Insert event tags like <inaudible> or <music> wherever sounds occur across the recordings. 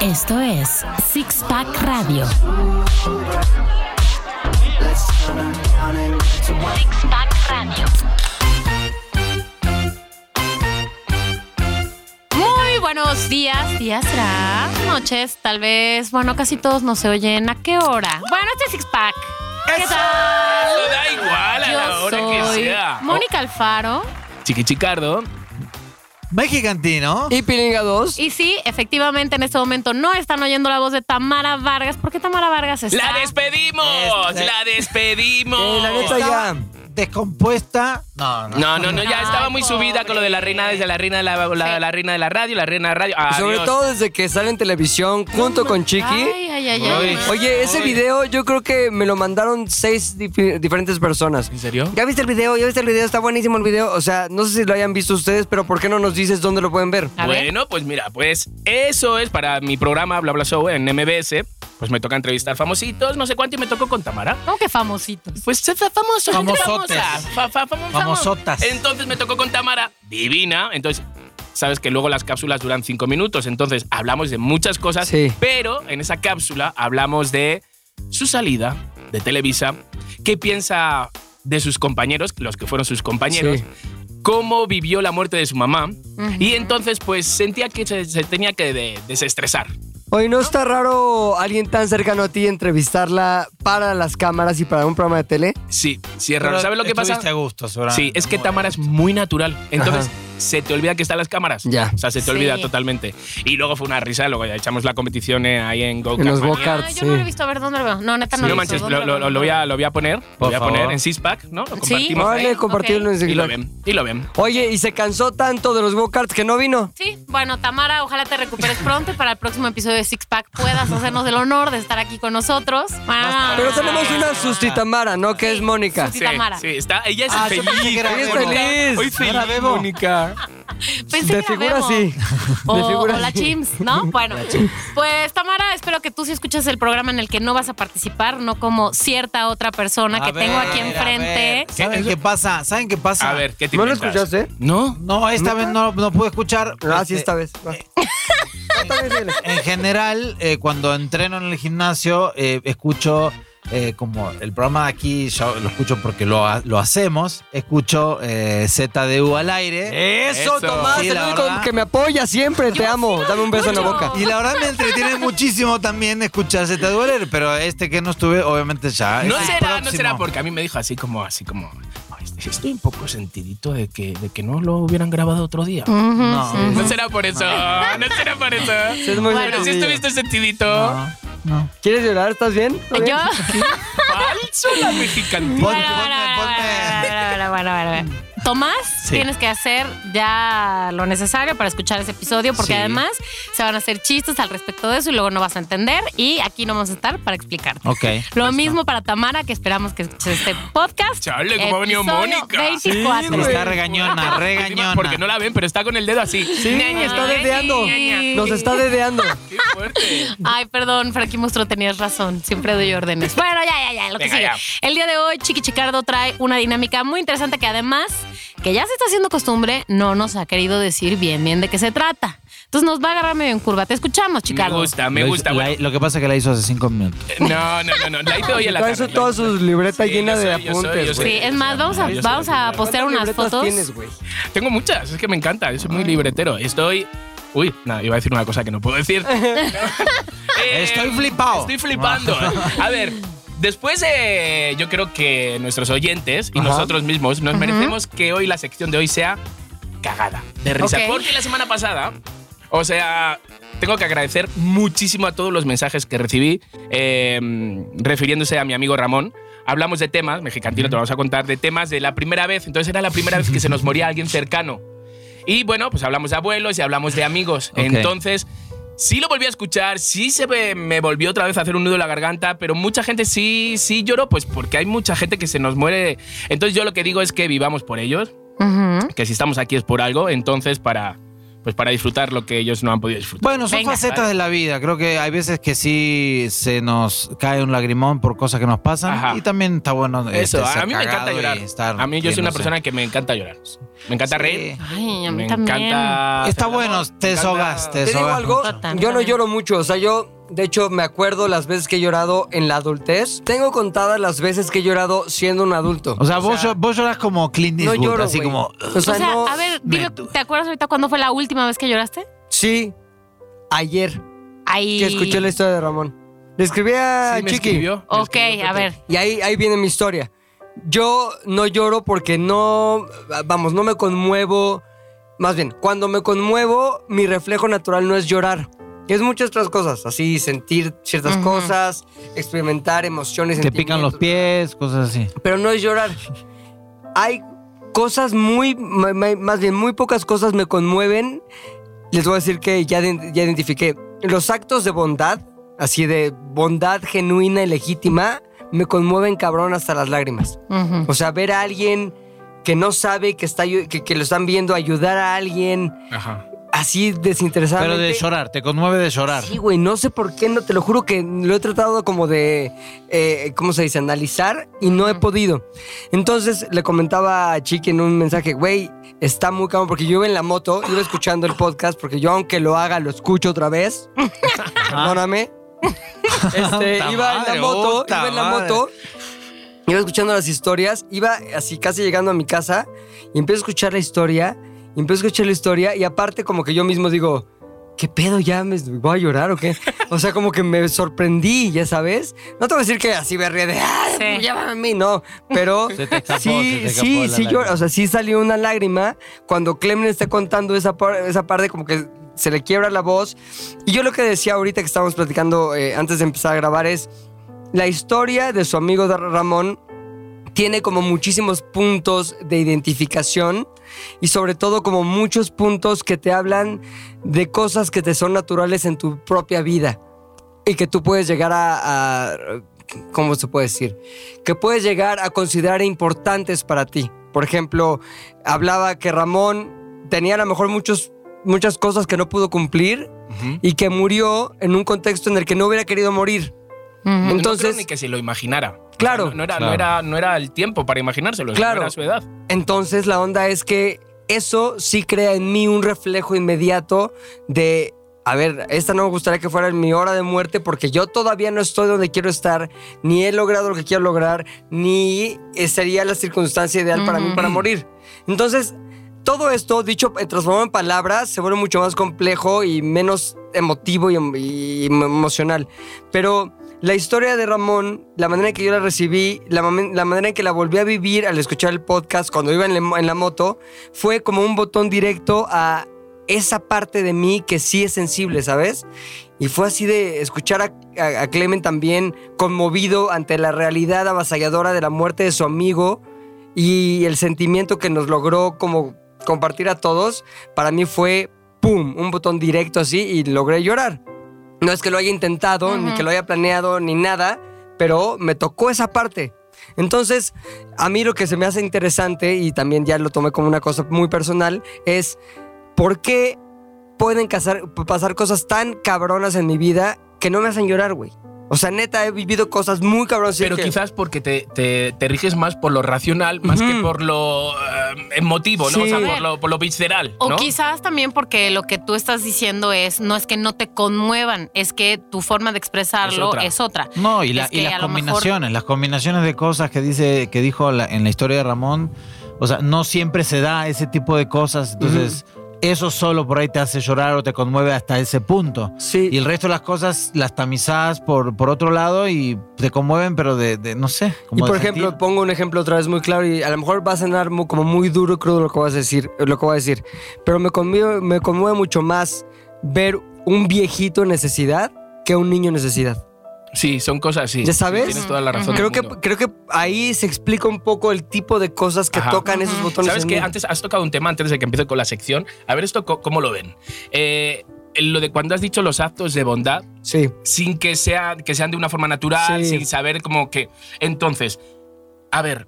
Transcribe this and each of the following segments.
Esto es Six Pack Radio. Six Pack Radio. Muy buenos días, días será, noches, tal vez, bueno, casi todos nos se oyen. ¿A qué hora? Bueno, este es Six Pack. ¿Qué Eso tal? da igual a la Yo hora que soy sea. Oh, Mónica Alfaro. Chiquichicardo. Mexicantino. Y Pilinga 2. Y sí, efectivamente, en este momento no están oyendo la voz de Tamara Vargas. ¿Por qué Tamara Vargas está? ¡La despedimos! Este- ¡La despedimos! Eh, la neta ya. Descompuesta. No, no. No, no, no, ya Ay, estaba muy subida con lo de la reina, desde la reina de la, la- la reina de la radio, la reina de radio. Adiós. Sobre todo desde que sale en televisión junto con Chiqui. Ay, ay, ay, ay. Uy. Oye, ese video yo creo que me lo mandaron seis difi- diferentes personas. ¿En serio? ¿Ya viste el video? ¿Ya viste el video? Está buenísimo el video. O sea, no sé si lo hayan visto ustedes, pero ¿por qué no nos dices dónde lo pueden ver? A ver. Bueno, pues mira, pues eso es para mi programa Bla Bla Show en MBS. Pues me toca entrevistar famositos, no sé cuánto, y me tocó con Tamara. ¿Cómo que famositos? Pues se fa- famoso, gente Famosotes. famosa. Fa- fa- famo- famo- Famosotas. Entonces me tocó con Tamara, divina. Entonces, sabes que luego las cápsulas duran cinco minutos. Entonces, hablamos de muchas cosas. Sí. Pero en esa cápsula hablamos de su salida de Televisa, qué piensa de sus compañeros, los que fueron sus compañeros, Sí. cómo vivió la muerte de su mamá. Y entonces, pues sentía que se, se tenía que de- desestresar. Hoy no está raro alguien tan cercano a ti entrevistarla para las cámaras y para un programa de tele. Sí, sí, es raro. ¿Sabes lo que pasa? Estuviste a gusto, seguramente. Sí, es que Muy Tamara es muy natural. Entonces, Ajá. se te olvida que están las cámaras. Ya. O sea, se te Sí. olvida totalmente. Y luego fue una risa, luego ya echamos la competición eh, ahí en Go En los Kart Mania. Go-Kart. Ah, yo no lo he sí. visto. A ver, ¿dónde lo veo? No, neta, no, No lo he manches, visto. lo, ¿Dónde lo- veo? lo voy a, lo voy a poner. Lo Por voy a poner favor. en Sixpack, ¿no? Lo compartimos. ahí. Vale, compartirlo en Y lo Instagram. ven, y lo ven. Oye, y se cansó tanto de los go-karts que no vino. Sí, bueno, Tamara, ojalá te recuperes pronto y para el próximo episodio de Six Pack puedas hacernos el honor de estar aquí con nosotros. Ah, Pero tenemos una sustitamara, ¿no? Que es Mónica. Sí, Tamara. sí, está. Ella es Ah, yo pensé que feliz. era Hoy es Bebo. feliz. Hoy No era feliz, Bebo. Mónica. Pensé de que figura era Bebo. sí. O, De figura o la sí. Chims, ¿no? Bueno, pues Tamara, espero que tú sí escuches el programa en el que no vas a participar, no como cierta otra persona A que ver, tengo aquí a ver. enfrente. ¿Saben qué pasa? ¿Saben qué pasa? A ver, ¿qué te ¿No lo inventas? escuchaste? No. No, esta vez no, no pude escuchar. Ah, Este, sí, esta vez. Va. Ah, Esta vez viene. En general, eh, cuando entreno en el gimnasio, eh, escucho eh, como el programa de aquí, yo lo escucho porque lo, ha- lo hacemos, escucho eh, ZDU al aire. Eso, Eso. <laughs> Tomás, Sí, el la único verdad. que me apoya siempre, te amo. Dame un beso en la escucho. boca. Y la verdad me entretiene muchísimo también escuchar ZDU al aire, pero este que no estuve, obviamente ya. No Ah, es el será, no próximo. será, porque a mí me dijo así como, así como, "No, este- estoy un poco sentidito de que, de que no lo hubieran grabado otro día. No, No será por eso, no será por eso. es muy Pero si sencillo. estuviste sentidito. no, no. ¿Quieres llorar? ¿Estás bien? ¿Estás Yo. bien? Falso la mexicantina. Ponte, Bueno, bueno, ponte, bueno, ponte. bueno, bueno, bueno, bueno, bueno. <laughs> Tomás, Sí. tienes que hacer ya lo necesario para escuchar ese episodio, porque Sí. además se van a hacer chistes al respecto de eso y luego no vas a entender. Y aquí no vamos a estar para explicarte. Ok. Lo mismo para Tamara, que esperamos que escuches este podcast. Chale, cómo ha venido Episodio Mónica. 24. Sí, güey. Está regañona, <laughs> regañona. Porque no la ven, pero está con el dedo así. Sí, está dedeando. Nos está <laughs> dedeando. Qué fuerte. Ay, perdón, Frankie Mostro, tenías razón. Siempre doy órdenes. Bueno, ya, ya, ya, lo que Venga, sigue. El día de hoy, Chiqui Chicardo trae una dinámica muy interesante que además, que ya se está haciendo costumbre, no nos ha querido decir bien, bien de qué se trata. Entonces nos va a agarrar medio en curva. Te escuchamos, Me Chicardo. gusta, me Lo hizo- gusta. la- Bueno, lo que pasa es que la hizo hace cinco minutos. no, no, no, no. La hice hoy en la Trae su- tarde. todas sus libretas Sí, llenas yo soy, de yo soy, yo apuntes, soy. güey. Sí, es más, vamos a, Yo soy vamos a libretero. postear ¿Cuántas unas libretas fotos. tienes, güey? Tengo muchas, es que me encanta. Yo soy muy libretero. Estoy. Uy, nada, iba a decir una cosa que no puedo decir. Eh, Estoy flipado. Estoy flipando. A ver, después eh, yo creo que nuestros oyentes y Ajá. nosotros mismos nos merecemos que hoy la sección de hoy sea cagada, de risa. Ok. Porque la semana pasada, o sea, tengo que agradecer muchísimo a todos los mensajes que recibí eh, refiriéndose a mi amigo Ramón. Hablamos de temas, mexicantino, te vamos a contar, de temas de la primera vez. Entonces era la primera vez que se nos moría alguien cercano. Y bueno, pues hablamos de abuelos y hablamos de amigos. Ok. Entonces, sí lo volví a escuchar, sí se me, me volvió otra vez a hacer un nudo en la garganta, pero mucha gente sí, sí lloró, pues porque hay mucha gente que se nos muere. Entonces yo lo que digo es que vivamos por ellos, Ujú. que si estamos aquí es por algo, entonces para... pues para disfrutar lo que ellos no han podido disfrutar. Bueno, son Venga. facetas de la vida. Creo que hay veces que sí se nos cae un lagrimón por cosas que nos pasan. Ajá. Y también está bueno. Eso, este, ser a mí me encanta cagado llorar. y estar A mí yo soy una riéndose. persona que me encanta llorar. Me encanta Sí. reír. Ay, a mí me también. encanta. hacer Está el bueno, amor, te me encanta- desahogas, te Te digo desahogas algo, mucho. Total. yo no lloro mucho, o sea, yo de hecho me acuerdo las veces que he llorado en la adultez. Tengo contadas las veces que he llorado siendo un adulto. O sea, vos, llo- vos lloras como Clint no Eastwood, lloro, así güey. como. O O sea, sea, no- a ver, dime, Neto. ¿te acuerdas ahorita cuándo fue la última vez que lloraste? Sí, ayer Ahí. que escuché la historia de Ramón. Le escribí a Sí, me Chiqui. escribió. me Ok, escribió a Pepe. ver. Y ahí, ahí viene mi historia. Yo no lloro porque no, vamos, no me conmuevo. Más bien, cuando me conmuevo, mi reflejo natural no es llorar. Es muchas otras cosas, así sentir ciertas Ujú. cosas, experimentar emociones. Te pican los sentimientos, pies, cosas así. Pero no es llorar. Hay cosas muy, ma- ma- más bien, muy pocas cosas me conmueven. Les voy a decir que ya, de- ya identifiqué. Los actos de bondad, así de bondad genuina y legítima, me conmueven cabrón hasta las lágrimas. Ujú. O sea, ver a alguien que no sabe que, está, ayu- que, que lo están viendo, ayudar a alguien Ajá. así desinteresadamente. Pero de llorar, te conmueve de llorar. Sí, güey, no sé por qué, no te lo juro que lo he tratado como de, eh, ¿cómo se dice? Analizar y no he podido. Entonces le comentaba a Chiqui en un mensaje, güey, está muy cabrón porque yo iba en la moto, iba escuchando el podcast porque yo aunque lo haga lo escucho <laughs> otra vez. Perdóname. Este, Puta iba en madre, la moto, puta iba en la madre. moto. Iba escuchando las historias, iba así casi llegando a mi casa y empiezo a escuchar la historia, y empiezo a escuchar la historia y aparte como que yo mismo digo, ¿qué pedo? ¿Ya me voy a llorar o qué? O sea, como que me sorprendí, ya sabes. No te voy a decir que así me ríe de, ¡ay, Sí. llámame a mí! No, pero Se te escapó, se sí, te escapó sí, la sí, lágrima. llora. O sea, sí salió una lágrima cuando Clemen está contando esa, par- esa parte como que se le quiebra la voz. Y yo lo que decía ahorita que estábamos platicando eh, antes de empezar a grabar es la historia de su amigo Dar- Ramón tiene como muchísimos puntos de identificación y sobre todo como muchos puntos que te hablan de cosas que te son naturales en tu propia vida y que tú puedes llegar a, a- ¿cómo se puede decir? Que puedes llegar a considerar importantes para ti. Por ejemplo, hablaba que Ramón tenía a lo mejor muchos, muchas cosas que no pudo cumplir Ujú. y que murió en un contexto en el que no hubiera querido morir. Ujú. Entonces- no creo ni que se lo imaginara. Claro. No, no era, Claro. No, era, no era el tiempo para imaginárselo. Claro. No era su edad. Entonces la onda es que eso sí crea en mí un reflejo inmediato de, a ver, esta no me gustaría que fuera mi hora de muerte porque yo todavía no estoy donde quiero estar, ni he logrado lo que quiero lograr, ni eh, sería la circunstancia ideal para mí Ujú. para morir. Entonces, todo esto, dicho, eh, transformado en palabras, se vuelve mucho más complejo y menos emotivo y, em- y em- emocional. Pero la historia de Ramón, la manera en que yo la recibí, la, mamen- la manera en que la volví a vivir al escuchar el podcast cuando iba en la, en la moto, fue como un botón directo a esa parte de mí que sí es sensible, ¿sabes? Y fue así de escuchar a, a- a Clemen también conmovido ante la realidad avasalladora de la muerte de su amigo y el sentimiento que nos logró como compartir a todos, para mí fue ¡pum! Un botón directo así y logré llorar. No es que lo haya intentado, ni Ujú. que lo haya planeado, ni nada, pero me tocó esa parte. Entonces, a mí lo que se me hace interesante, y también ya lo tomé como una cosa muy personal, es por qué pueden casar- pasar cosas tan cabronas en mi vida que no me hacen llorar, güey. O sea, neta, he vivido cosas muy cabronas. Pero que- quizás porque te, te- te riges más por lo racional, más Ujú. que por lo eh, emotivo, ¿no? Sí. O sea, por lo, por lo visceral. O ¿no? quizás también porque lo que tú estás diciendo es, no es que no te conmuevan, es que tu forma de Es expresarlo otra. es otra. No, y, la- Es y que a las lo mejor- combinaciones, las combinaciones de cosas que dice, que dijo la- en la historia de Ramón, o sea, no siempre se da ese tipo de cosas, entonces eso solo por ahí te hace llorar o te conmueve hasta ese punto. Sí. Y el resto de las cosas las tamizadas por, por otro lado y te conmueven, pero de, de- no sé. Y como por de ejemplo, sentir. pongo un ejemplo otra vez muy claro y a lo mejor va a sonar mu- como muy duro y crudo lo que vas a decir, lo que voy a decir, pero me conmueve, me conmueve mucho más ver un viejito en necesidad que un niño en necesidad. Sí, son cosas así. ¿Ya sabes? Sí, tienes toda la razón. Ujú. Creo del que, mundo. creo que ahí se explica un poco el tipo de cosas que Ajá. tocan esos Ujú. botones. ¿Sabes en qué? mí. Antes has tocado un tema antes de que empiece con la sección. A ver, esto co- cómo lo ven. Eh, lo de cuando has dicho los actos de bondad, Sí. sin que, sea, que sean de una forma natural, Sí. sin saber como que... Entonces, a ver,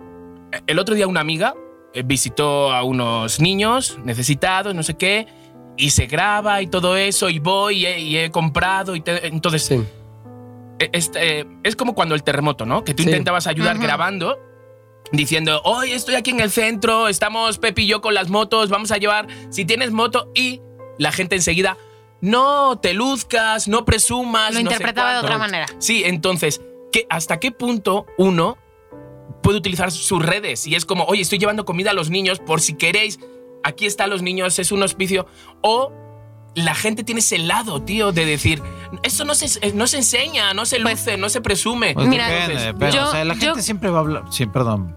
el otro día una amiga eh, visitó a unos niños necesitados, no sé qué, y se graba y todo eso, y voy y he, y he comprado. Y te- entonces, Sí. eh, este, eh, es como cuando el terremoto, ¿no? Que tú Sí. intentabas ayudar Ajá. grabando. Diciendo, hoy estoy aquí en el centro, estamos Pepi y yo con las motos, vamos a llevar, si tienes moto, y la gente enseguida, no te luzcas, no presumas. Lo no sé interpretaba de cuánto". otra manera. Sí, entonces, ¿qué, ¿hasta qué punto uno puede utilizar sus redes? Y es como, oye, estoy llevando comida a los niños por si queréis, aquí están los niños, es un hospicio. O la gente tiene ese lado, tío, de decir, esto no se, no se enseña, no se luce, Pues- no se presume. Pues Mira, depende, depende. yo- o sea, la yo- gente siempre va a hablar. Sí, perdón.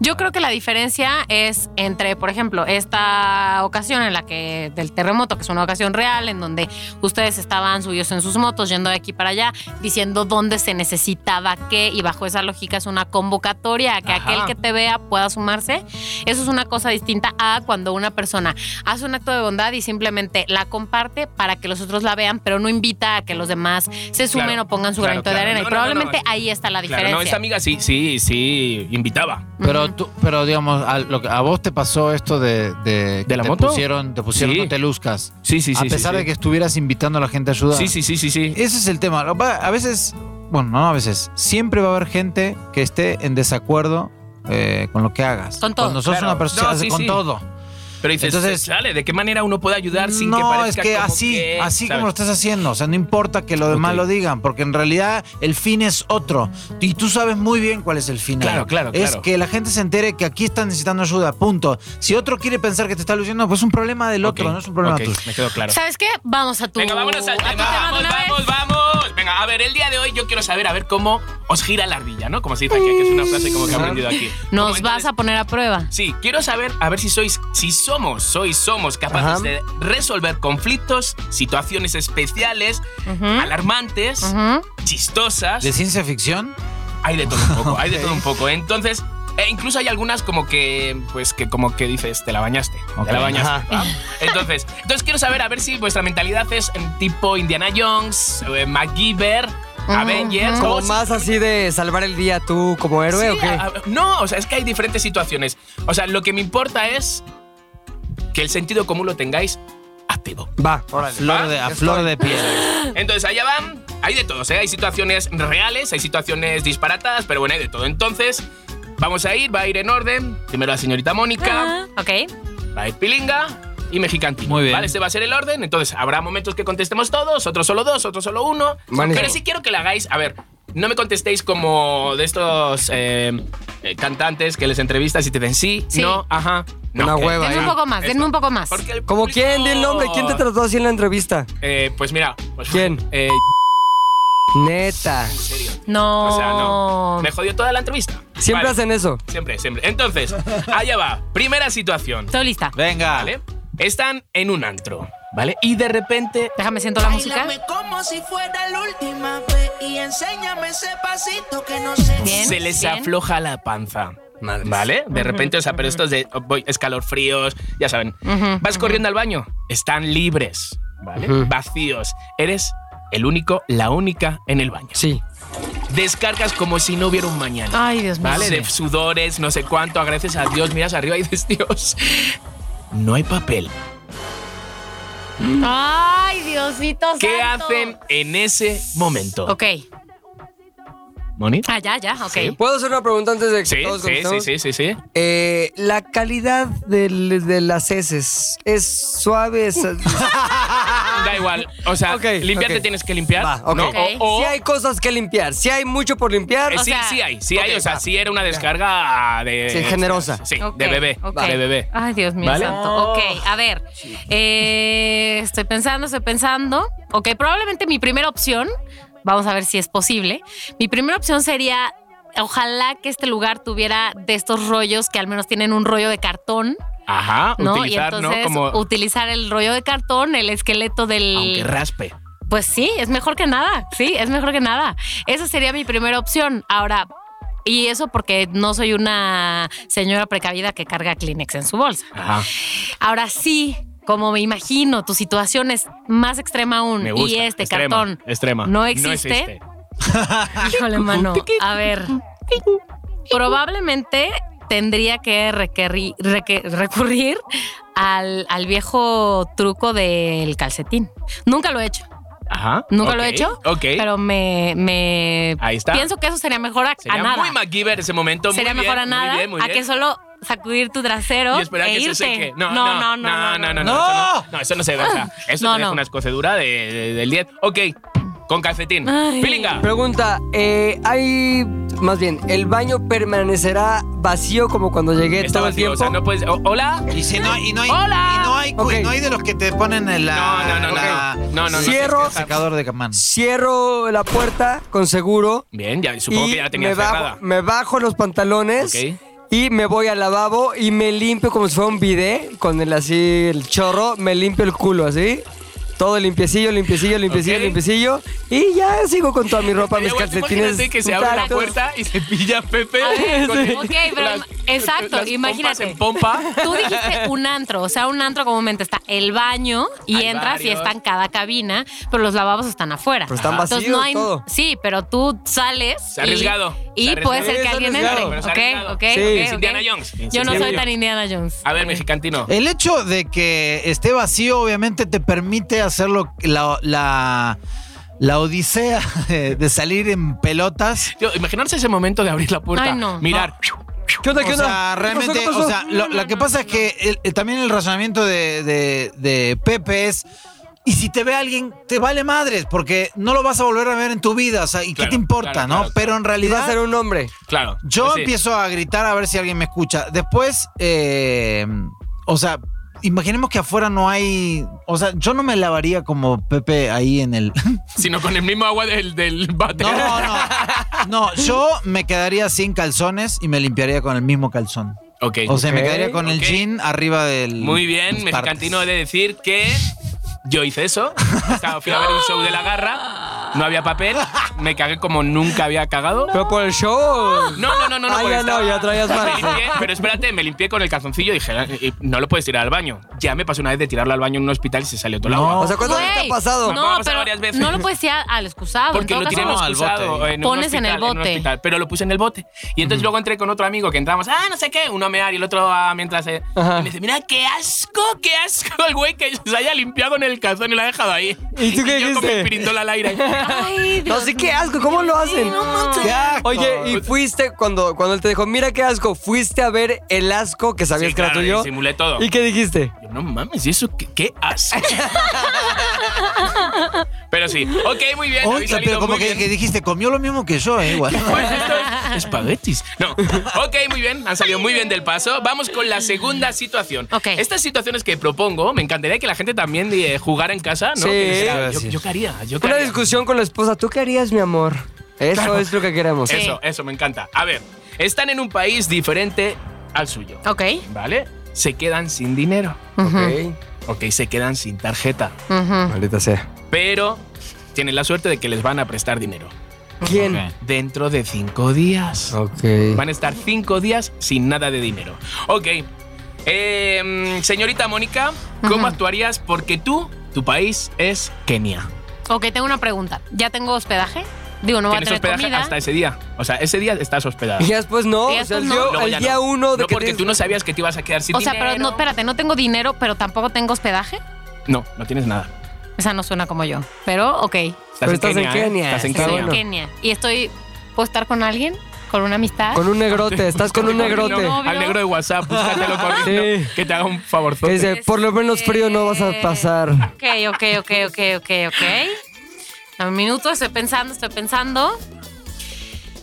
Yo creo que la diferencia es entre, por ejemplo, esta ocasión en la que del terremoto, que es una ocasión real, en donde ustedes estaban subidos en sus motos, yendo de aquí para allá, diciendo dónde se necesitaba qué, y bajo esa lógica es una convocatoria a que Ajá. aquel que te vea pueda sumarse. Eso es una cosa distinta a cuando una persona hace un acto de bondad y simplemente la comparte para que los otros la vean, pero no invita a que los demás se sumen Claro, o pongan su claro, granito claro. de arena. No, y no, no, no. probablemente ahí está la Claro, diferencia. no, esta amiga sí, sí, sí, invitaba. Pero, Ujú. tú, pero digamos, a, lo que- a vos te pasó esto de, de, que la te moto? pusieron, te pusieron Sí. no te luzcas. Sí, sí, sí. a pesar de que estuvieras invitando a la gente a ayudar. Sí, sí, sí, sí, sí. Ese es el tema. Lo que pasa- A veces, bueno, no a veces, siempre va a haber gente que esté en desacuerdo eh, con lo que hagas. Con todo, Cuando sos claro. una persona, No, sí, con sí. todo. Pero dices, Entonces- sale, ¿de qué manera uno puede ayudar sin que no, parezca es que como así, que, así ¿sabes? como lo estás haciendo. O sea, no importa que lo demás Ok. lo digan, porque en realidad el fin es otro. Y tú sabes muy bien cuál es el fin. Claro, claro, Es claro. que la gente se entere que aquí están necesitando ayuda, punto. Si otro quiere pensar que te está luciendo, pues es un problema del Ok, otro, no es un problema ok, tuyo. Me quedó claro. ¿Sabes qué? Vamos a tu, Venga, vámonos al a tu tema. tema de Vamos, una vez. vamos, vamos. Venga, a ver, el día de hoy yo quiero saber, a ver cómo os gira la ardilla, ¿no? Como se dice aquí, que es una frase como que he aprendido aquí. Nos Como vas entonces- a poner a prueba. Sí, quiero saber, a ver si sois, si somos, sois, somos capaces Ajá. de resolver conflictos, situaciones especiales, Ujú, alarmantes, ¿Mm? ujú. chistosas. ¿De ciencia ficción? Hay de todo un poco, hay de Ok. todo un poco. Entonces, e incluso hay algunas como que, pues que como que dices, te la bañaste, Ok. te la bañaste. ¿va? Ajá. Entonces, entonces quiero saber a ver si vuestra mentalidad es en tipo Indiana Jones, eh, MacGyver, Avengers, ujú. o Como si- más así de salvar el día tú como héroe Sí, o qué? a- a- no, o sea, es que hay diferentes situaciones. O sea, lo que me importa es que el sentido común lo tengáis activo. Va. Flor de, a Estoy. flor de piel. Entonces, allá van, hay de todo. ¿eh? Hay situaciones reales, hay situaciones disparatadas, pero bueno, hay de todo. Entonces, vamos a ir, va a ir en orden. Primero la señorita Mónica, Ah, ok. va a ir Pilinga y Mexicantino. Muy bien. Vale, este va a ser el orden. Entonces, habrá momentos que contestemos todos, otros solo dos, otros solo uno. Buenísimo. Pero sí quiero que la hagáis, a ver. No me contestéis como de estos eh, eh, cantantes que les entrevistas y te den sí, Sí. no, ajá. No, Una que- hueva, Denme ahí. un poco más, Esto. denme un poco más. Porque el ¿Como público- quién? Di el nombre. ¿Quién te trató así en la entrevista? Eh, pues mira. pues- ¿Quién? Eh, Neta. en serio. No. O sea, Oh. no. Me jodió toda la entrevista. Siempre Vale, hacen eso. Siempre, siempre. Entonces, allá va. Primera situación. Estoy lista. Venga. ¿Vale? Están en un antro, ¿vale? Y de repente. Déjame siento la música. Báilame como si fuera la última vez y enséñame ese pasito que no sé. Bien. se les bien. afloja la panza. ¿Vale? De repente, o sea, pero estos de oh, voy, escalofríos, ya saben. Ujú, Vas ujú. corriendo al baño, están libres, ¿vale? Ujú. Vacíos. Eres el único, la única en el baño. Sí. Descargas como si no hubiera un mañana. Ay, Dios mío. ¿Vale? De sudores, no sé cuánto, agradeces a Dios, miras arriba y dices, Dios, no hay papel. Ay, Diosito santo. ¿Qué hacen en ese momento? Ok. ¿Moni? Ah, ya, ya, ok. Sí. ¿Puedo hacer una pregunta antes de que Sí, todos sí, sí, contestemos? sí, sí, sí. Eh, la calidad del- de las heces es suave. Es, <laughs> Da igual. O sea, Ok, limpiarte ok. tienes que limpiar. Va, ok. ¿no? Ok. O, o- Si hay cosas que limpiar, si hay mucho por limpiar. eh, o sí, sea- sí hay, sí hay. Ok, O sea, va. sí era una descarga de. Sí, generosa. Sí, Ok, de bebé. ok. De bebé. Ay, Dios mío, ¿Vale? santo. Ok, a ver. eh, estoy pensando, estoy pensando. Ok, probablemente mi primera opción, vamos a ver si es posible. Mi primera opción sería. Ojalá que este lugar tuviera de estos rollos que al menos tienen un rollo de cartón, Ajá, ¿no? utilizar, y ¿no? entonces Como. utilizar el rollo de cartón, el esqueleto del. Aunque raspe. Pues sí, es mejor que nada. Sí, es mejor que nada. Esa sería mi primera opción. Ahora, y eso porque no soy una señora precavida que carga Kleenex en su bolsa. Ajá. Ahora sí, como me imagino, tu situación es más extrema aún. Me gusta. y este Extrema, cartón. Extrema. no existe. Híjole, mano. A ver. Probablemente tendría que requerri- reque- recurrir al, al viejo truco del calcetín. Nunca lo he hecho, Ajá. Nunca lo he ok, hecho, Ok. pero me, me Ahí está. pienso que eso sería mejor a, Sería a nada. muy MacGyver ese momento. muy sería bien, mejor a muy nada bien, muy a bien. que solo sacudir tu trasero y esperar e que irte. se seque. No, no, no, no, no, no, no. eso no, no, eso no se ve. o sea, eso No, te deja no. una escocedura de- de- del 10. Ok, con calcetín. Ay. Pilinga. Pregunta, eh, hay... Más bien, ¿el baño permanecerá vacío como cuando llegué Mm, Está todo vacío, el o sea, tiempo? no puedes. o- Hola. Y si no, y no hay, ¡Hola! y no hay, cu- Ok. no hay de los que te ponen en la. No, no, no, no, la- no, no, no, no. Cierro. Secador de camán. Cierro la puerta con seguro Bien, ya supongo y que ya la me, tenías cerrada. bajo, me bajo los pantalones Ok. y me voy al lavabo y me limpio como si fuera un bidet con el así, el chorro, me limpio el culo así. Todo limpiecillo, limpiecillo, limpiecillo, Ok. limpiecillo. Y ya sigo con toda mi ropa, mis Luego, calcetines. Imagínate que se abre la intactos. puerta y se pilla <laughs> a Pepe. A ver, con el- ok, pero las- ima- exacto, las pompas imagínate. en pompa. Tú dijiste un antro, o sea, un antro comúnmente está el baño y Hay entras y varios. está en cada cabina, pero los lavabos están afuera. Pero están Ajá. Entonces vacíos no hay, todo. Sí, pero tú sales. Se ha arriesgado, Y, se ha y puede arriesgado. ser Sí, que se ha alguien entre. arriesgado. Pero se ha Ok, arriesgado. ok. ok, Sí, es ok. Indiana Jones. Yo no Indiana soy tan Jones. Indiana Jones. A ver, Ok. mexicantino. Eh. El hecho de que esté vacío obviamente te permite hacer lo- la, la, la odisea <laughs> de, de salir en pelotas. Tío, imaginarse ese momento de abrir la puerta. Ay, no. Mirar. ¿Qué onda, O qué sea, onda? ¿Qué pasó, realmente, qué pasó? o sea, lo, lo que pasa es que el- el- también el razonamiento de, de- de Pepe es, y si te ve alguien, te vale madres, porque no lo vas a volver a ver en tu vida, o sea, ¿y Claro, qué te importa, claro, no? claro, claro. Pero en Y va a realidad... ser un hombre. Claro. Yo Sí. empiezo a gritar a ver si alguien me escucha. Después, eh, o sea, imaginemos que afuera no hay. O sea, yo no me lavaría como Pepe ahí en el. <laughs> Sino con el mismo agua del, del váter. No, no. No, yo me quedaría sin calzones y me limpiaría con el mismo calzón. Ok. O sea, me Ok, quedaría con el ok. jean arriba del. Muy bien, las mexicantino he partes. de decir que yo hice eso. Estaba- Fui a ver un show de la garra, no había papel, me cagué como nunca había cagado. ¿Pero por el show? No, no, no, no, no. Ah, porque ya no, estaba- ya traías me mal. limpié, pero espérate, me limpié con el calzoncillo y dije, "Eh, no lo puedes tirar al baño. Ya me pasó una vez de tirarlo al baño en un hospital y se salió todo el No. agua. O sea, ¿cuántas veces te Güey, ha pasado? Me ha No, pasado pero varias veces. no lo puedes ir al excusado. en Porque todo lo tiré en caso, No, al excusado, bote. en un Pones en hospital, el un bote. hospital, pero lo puse en el bote. Y entonces luego entré con otro amigo que entramos, ah, no sé qué, uno a mear y el otro a mientras. eh, Ajá. y me dice, mira, qué asco, qué asco el güey que se haya limpiado con el calzón <laughs> y lo ha dejado ahí. ¿Y tú qué yo con mi dijiste? pirindol al aire. <laughs> Ay, Dios No sé qué asco, ¿cómo lo hacen? ¡Qué asco! Oye, y fuiste cuando, cuando él te dijo, mira qué asco, fuiste a ver el asco que sabías Sí, que claro, y era tuyo. Simulé todo. ¿Y qué dijiste? Yo, no mames, ¿y eso qué, qué asco? pero sí, ok, muy bien. Oye, habéis salido pero como muy que, bien. que dijiste, comió lo mismo que yo, ¿eh? Igual. Pues esto es espaguetis. No. Ok, muy bien. Han salido muy bien del paso. Vamos con la segunda situación. Ok. Estas situaciones que propongo, me encantaría que la gente también eh, jugara en casa, ¿no? Sí. Que dijera, Te iba a yo, decir. yo qué haría, yo qué Una haría. discusión con la esposa, ¿tú qué harías, mi amor? Eso es lo que queremos. Sí. Eso, eso, me encanta. A ver, están en un país diferente al suyo, Ok. ¿vale? Se quedan sin dinero. Ok, se quedan sin tarjeta. ujú. Maldita sea. Pero tienen la suerte de que les van a prestar dinero. ¿Quién? Mm. Ok. Dentro de cinco días. Ok. Van a estar cinco días sin nada de dinero. Ok. Eh, mm, señorita Mónica, ¿cómo Ujú. actuarías? Porque tú, tu país es Kenia. Ok, tengo una pregunta. ¿Ya tengo hospedaje? Digo, no voy a tener Tienes hospedaje comida. hasta ese día. O sea, ese día estás hospedada. Y ya después Pues no, Y o sea, después el no. día- Luego ya el día no. uno de No, que porque tienes- tú no sabías que te ibas a quedar sin O sea, pero no, dinero. espérate, no tengo dinero, pero tampoco tengo hospedaje. No, no tienes nada. Esa no suena como yo. Pero, ok. Pero estás en ¿eh? Kenia, Estás en está Estoy Kenia. en Kenia. Y estoy. ¿Puedo estar con alguien? ¿Con una amistad? Con un negrote, estás con un Al negro- negrote. no. Al negro de WhatsApp, búscatelo corriendo. Sí. Que te haga un Que favorzote. dice, por lo menos frío no vas a pasar. Ok, ok, ok, ok, ok, ok. Dame Un minuto, estoy pensando, estoy pensando.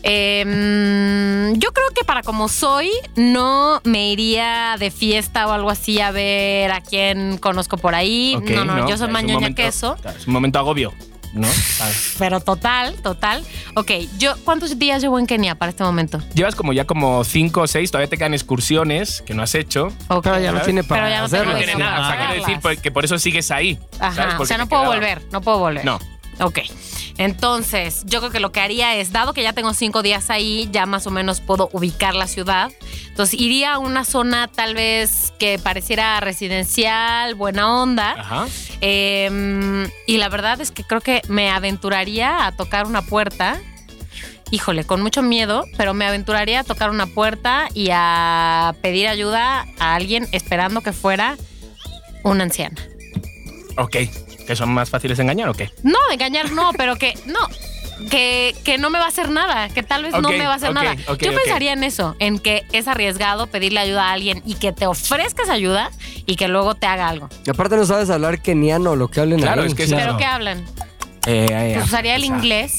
Eh, mm, yo creo que para como soy, no me iría de fiesta o algo así a ver a quién conozco por ahí. Ok, no, no, yo soy Es un mañoña momento- queso. claro, Es un momento agobio, ¿no? ¿Sabes? Pero total, total. Ok, yo, ¿cuántos días llevo en Kenia para este momento? Llevas como ya como cinco o seis, todavía te quedan excursiones que no has hecho. Ok. Pero ya no ¿sabes? tiene para Pero ya no Pero hacerlo. no Claro, tiene sí, nada. O sea, claro. quiero decir pues, que por eso sigues ahí. ¿sabes? Ajá, o Porque sea, no te puedo quedaba. volver, no puedo volver. No. Ok. Entonces, yo creo que lo que haría es, dado que ya tengo cinco días ahí, ya más o menos puedo ubicar la ciudad. Entonces, iría a una zona tal vez que pareciera residencial, buena onda. Ajá. Eh, y la verdad es que creo que me aventuraría a tocar una puerta. Híjole, con mucho miedo, pero me aventuraría a tocar una puerta y a pedir ayuda a alguien esperando que fuera una anciana. Ok. ¿Que son más fáciles de engañar o qué? No, engañar no, pero que no. Que, que no me va a hacer nada, que tal vez no Ok, me va a hacer ok, nada. ok, Yo ok. pensaría en eso, en que es arriesgado pedirle ayuda a alguien y que te ofrezcas ayuda y que luego te haga algo. Y aparte no sabes hablar keniano, lo que hablen Claro, ahí. es que Sí. Claro. ¿Pero qué hablan? Eh, eh, Pues usaría el o sea, inglés.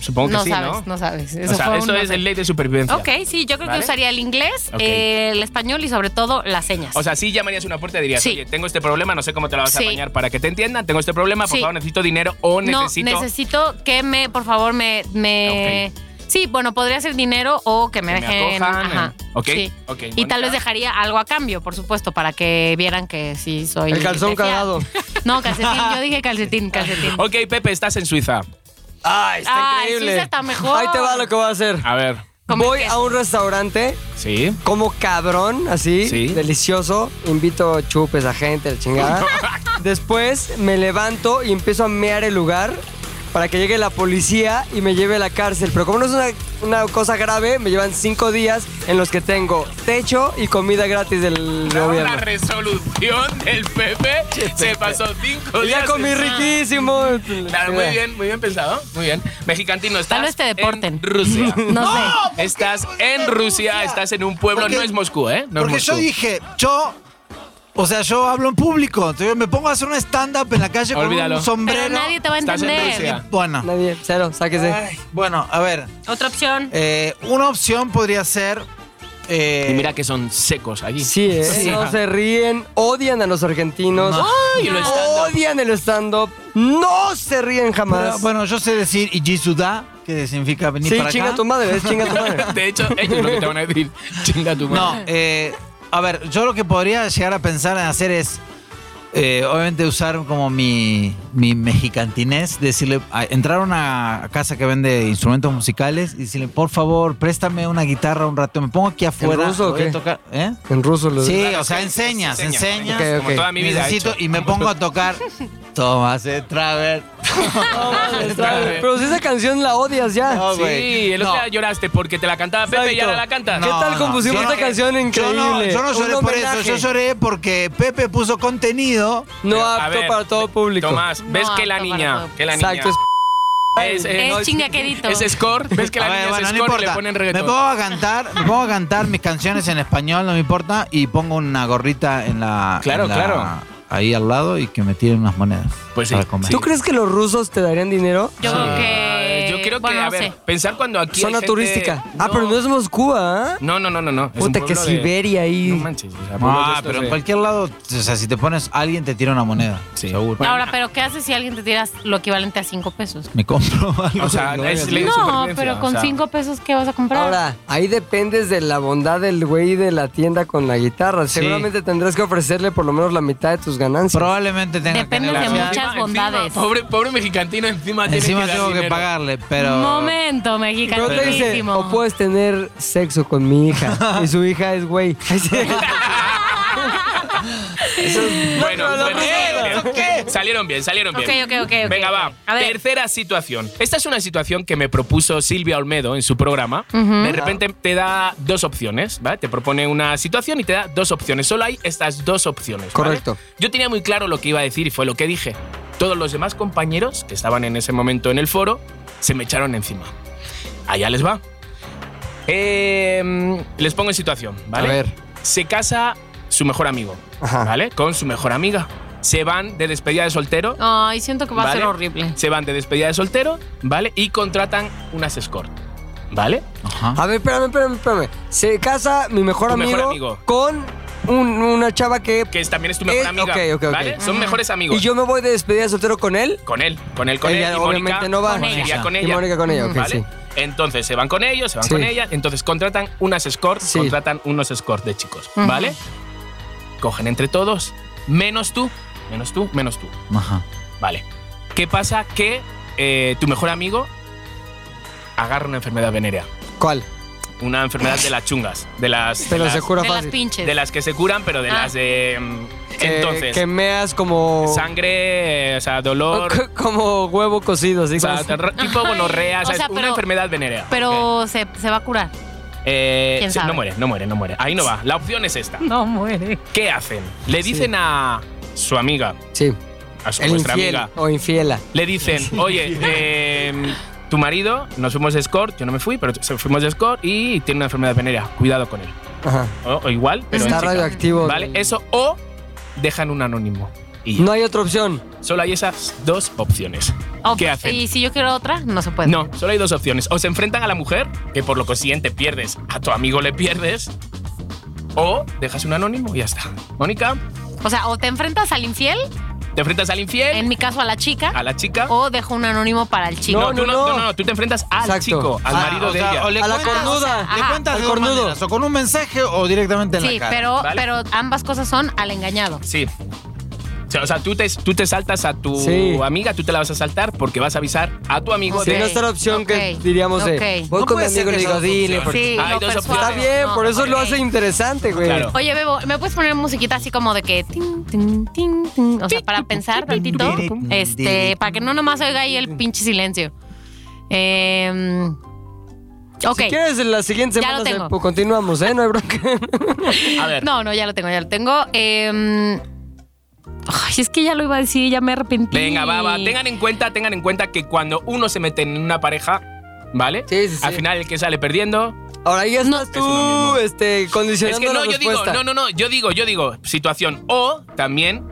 Supongo que no sí, sabes, ¿no? no sabes. o sea, fue eso un- es el ley de supervivencia. Ok, sí, yo creo ¿Vale? que usaría el inglés, Ok. el español y sobre todo las señas. O sea, sí llamarías a una puerta y dirías, Sí. oye, tengo este problema, no sé cómo te la vas Sí. a apañar para que te entiendan, tengo este problema, por Sí. favor, necesito dinero o no, necesito... Ah, necesito que me, por favor, me... me Sí, bueno, podría ser dinero o que me que me dejen... acojan, ajá, eh. Ok, sí. ok, Y Mónica. tal vez dejaría algo a cambio, por supuesto, para que vieran que sí soy... El calzón de fiar. cagado. <laughs> No, calcetín, yo dije calcetín, <laughs> calcetín. Ok, Pepe, estás en Suiza. Ay, está Ay, increíble. Suiza está mejor. Ah. Ahí te va lo que voy a hacer. A ver, Comer Voy queso. a un restaurante, sí. como cabrón, así, Sí. delicioso. Invito chupes a gente, <laughs> la chingada. Después me levanto y empiezo a mear el lugar para que llegue la policía y me lleve a la cárcel. Pero como no es una, una cosa grave, me llevan cinco días en los que tengo techo y comida gratis del La gobierno. resolución del Pepe se pasó cinco Y días. ya comí en- riquísimo. Claro, muy bien, muy bien pensado. Muy bien. Mexicantino, estás Tal vez te deporten. en Rusia. <laughs> No sé. <laughs> Estás en Rusia, estás en un pueblo, Porque- no es Moscú, ¿eh? No es Porque yo Moscú. dije, yo. O sea, yo hablo en público. Entonces me pongo a hacer un stand-up en la calle con Olvídalo. un sombrero. Pero nadie te va a Estás en entender. Rusia. Bueno. Nadie, cero, sáquese. Ay, bueno, a ver. Otra opción. eh, una opción podría ser. eh, Y mira que son secos allí. Sí, ¿eh? Sí. no se ríen, odian a los argentinos, No. Ay, lo stand-up. odian el stand-up, no se ríen jamás. pero, bueno, yo sé decir Ijisuda, que significa venir sí, para chinga acá. tu madre, es chinga <laughs> tu madre. <laughs> De hecho, ellos lo que te van a decir. <laughs> Chinga tu No, madre. eh, a ver, yo lo que podría llegar a pensar en hacer es, eh, obviamente, usar como mi, mi mexicantinés, decirle, a- entrar a una casa que vende instrumentos musicales y decirle, por favor, préstame una guitarra un rato, me pongo aquí afuera. ruso o voy a qué? tocar", ¿eh? En ruso lo Sí, Claro, o sea, sí, enseñas, enseña. enseñas. Ok, Como toda mi vida. he Necesito, hecho. y me pongo a <laughs> tocar. Tomás de Traver. Pero si esa canción la odias ya. No, Sí, güey. el otro No. día lloraste porque te la cantaba Pepe y Exacto. ahora la cantas. ¿Qué No, tal no, compusimos yo esta no- canción Yo increíble? no, yo no Un lloré por eso, homenaje. yo lloré porque Pepe puso contenido No Pero, a apto ver, para todo público. Tomás, No ves que la apto para niña, todo. que la niña Exacto, es es, eh, Es no, chingaquerito. es score, ves que la A niña ver, bueno, es score y no le importa. ponen me reggaetón. pongo a cantar, me pongo a cantar mis canciones en español, no me importa, y pongo una gorrita en la. Claro, en la- claro. Ahí al lado y que me tiren unas monedas. Pues sí, para comer. ¿Tú crees que los rusos te darían dinero? Yo creo que... Eh, Yo creo que, bueno, a no ver, sé. pensar cuando aquí. hay Zona gente- turística. Ah, No. pero no es Moscú, ¿ah? No, no, no, no. no. Es un Puta, que pueblo de- Siberia ahí. No manches. o sea, pueblos de Ah, estos pero de- en cualquier lado, o sea, si te pones, alguien te tira una moneda. Sí. Seguro. Bueno. Ahora, pero ¿qué haces si alguien te tiras lo equivalente a cinco pesos? Me compro <laughs> algo. O sea, de- es ley de No, supervivencia, pero o con sea. cinco pesos, ¿qué vas a comprar? Ahora, ahí dependes de la bondad del güey de la tienda con la guitarra. Sí. Seguramente tendrás que ofrecerle por lo menos la mitad de tus ganancias. Probablemente tenga Depende que de negociar. muchas Encima- bondades. pobre, pobre mexicantino, encima tiene Encima que dar tengo que dinero. pagarle, pero. Momento, Pero te dice, mexicanísimo. o puedes tener sexo con <laughs> mi hija. y su hija es güey. Bueno, no, no, bueno, no, salieron bien. salieron bien, salieron bien. Ok, ok, ok, ok, Venga, ok. va. A ver. Tercera situación. Esta es una situación que me propuso Silvia Olmedo en su programa. De repente te da dos opciones, ¿vale? Te propone una situación y te da dos opciones. Solo hay estas dos opciones. ¿vale? Correcto. Yo tenía muy claro lo que iba a decir y fue lo que dije. Todos los demás compañeros que estaban en ese momento en el foro se me echaron encima. Allá les va. Eh, les pongo en situación, ¿vale? A ver. Se casa su mejor amigo, Ajá. ¿vale? Con su mejor amiga. Se van de despedida de soltero. Ay, siento que Oh, va a ¿vale? ser horrible. Se van de despedida de soltero, ¿vale? Y contratan unas escort, ¿vale? ah, Ajá. A ver, espérame, espérame, espérame. Se casa mi mejor, Tu amigo, mejor amigo. con un- una chava que... Que es- también es tu mejor Eh, amiga. ok, ok, ok. ¿vale? Son mejores amigos. Y yo me voy de despedida de soltero con él. Con él, con él, con Ella él. Y obviamente Mónica no va. Con ella. iría con Y ella. Mónica con ella, ok, ¿Vale? sí. Entonces se van con ellos, se van Sí. con ella. Entonces contratan unas escort, Sí. contratan unos escort de chicos, ¿vale? Cogen entre todos, menos tú, menos tú, menos tú, Ajá. ¿vale? ¿Qué pasa? Que eh, tu mejor amigo agarra una enfermedad venérea, ¿Cuál? una enfermedad de las chungas, de <laughs> las, de Pero las, se cura De las fácil. pinches. de las que se curan, pero de Ah. las de... mm, Que- entonces, Eh, Que meas como... sangre, eh, o sea, dolor, co- <laughs> Como huevo cocido, así o <laughs> sea, como- tipo gonorrea, o o sea, sea, es una pero- enfermedad venérea. Ok. Pero se, se va a curar. Eh, ¿Quién sí, sabe? No muere, no muere, no muere. Ahí no va. La opción es esta. No muere. ¿Qué hacen? Le dicen a, su amiga, Sí. a su, El vuestra infiel Pues amiga, o infiela. le dicen, <laughs> oye, eh, tu marido, nos fuimos de escort, yo no me fui, pero se- fuimos de escort y tiene una enfermedad venérea, cuidado con él. Ajá. O, o igual, pero en Está chica. radioactivo. Vale, eso o dejan un anónimo. Y ya. No hay otra opción. solo hay esas dos opciones. Oh, ¿Qué pues, hacen? Y si yo quiero otra, no se puede. No, solo hay dos opciones. O se enfrentan a la mujer, que por lo consiguiente pierdes, a tu amigo le pierdes, o dejas un anónimo y ya está. Mónica, O sea, o te enfrentas al infiel, te enfrentas al infiel, en mi caso a la chica, a la chica. o dejo un anónimo para el chico. Oh, No, tú no, no. no, tú te enfrentas al Exacto. chico, al Ah, marido o de sea, ella. o le A la cuentas- cornuda. Le Ajá. cuentas Al de dos cornudo. maneras, o con un mensaje o directamente en sí, la cara. pero, Vale. pero ambas cosas son al engañado. Sí. O sea, o sea, tú te, tú te saltas a tu Sí. amiga, tú te la vas a saltar porque vas a avisar a tu amigo Si Ok, no de... está la opción que ok, diríamos de. ok. Voy No con mi puede ser amigo y le que digo, esas dos dile. opciones. porque- Sí, Hay lo dos persuades. Está opciones. bien, No, por eso lo ok. hace interesante, güey. Claro. Oye, Bebo, ¿me puedes poner musiquita así como de que tin, tin, tin, tin? O sea, para pensar tantito. Este, para que no nomás oiga ahí el pinche silencio. Eh, ok. Si quieres, en la siguiente Ya semana lo se- tengo. pues, continuamos, ¿eh? No hay bronca. <laughs> A ver, No, no, ya lo tengo, ya lo tengo. Eh, ay, es que ya lo iba a decir, ya me arrepentí. Venga, baba, tengan en cuenta, tengan en cuenta que cuando uno se mete en una pareja, ¿vale? Sí, sí, sí. Al final el que sale perdiendo. Ahora ya estás Es uno tú, mismo. este, Es condicionando que no, la yo digo, respuesta. no, no, no, yo digo, yo digo, situación. O también,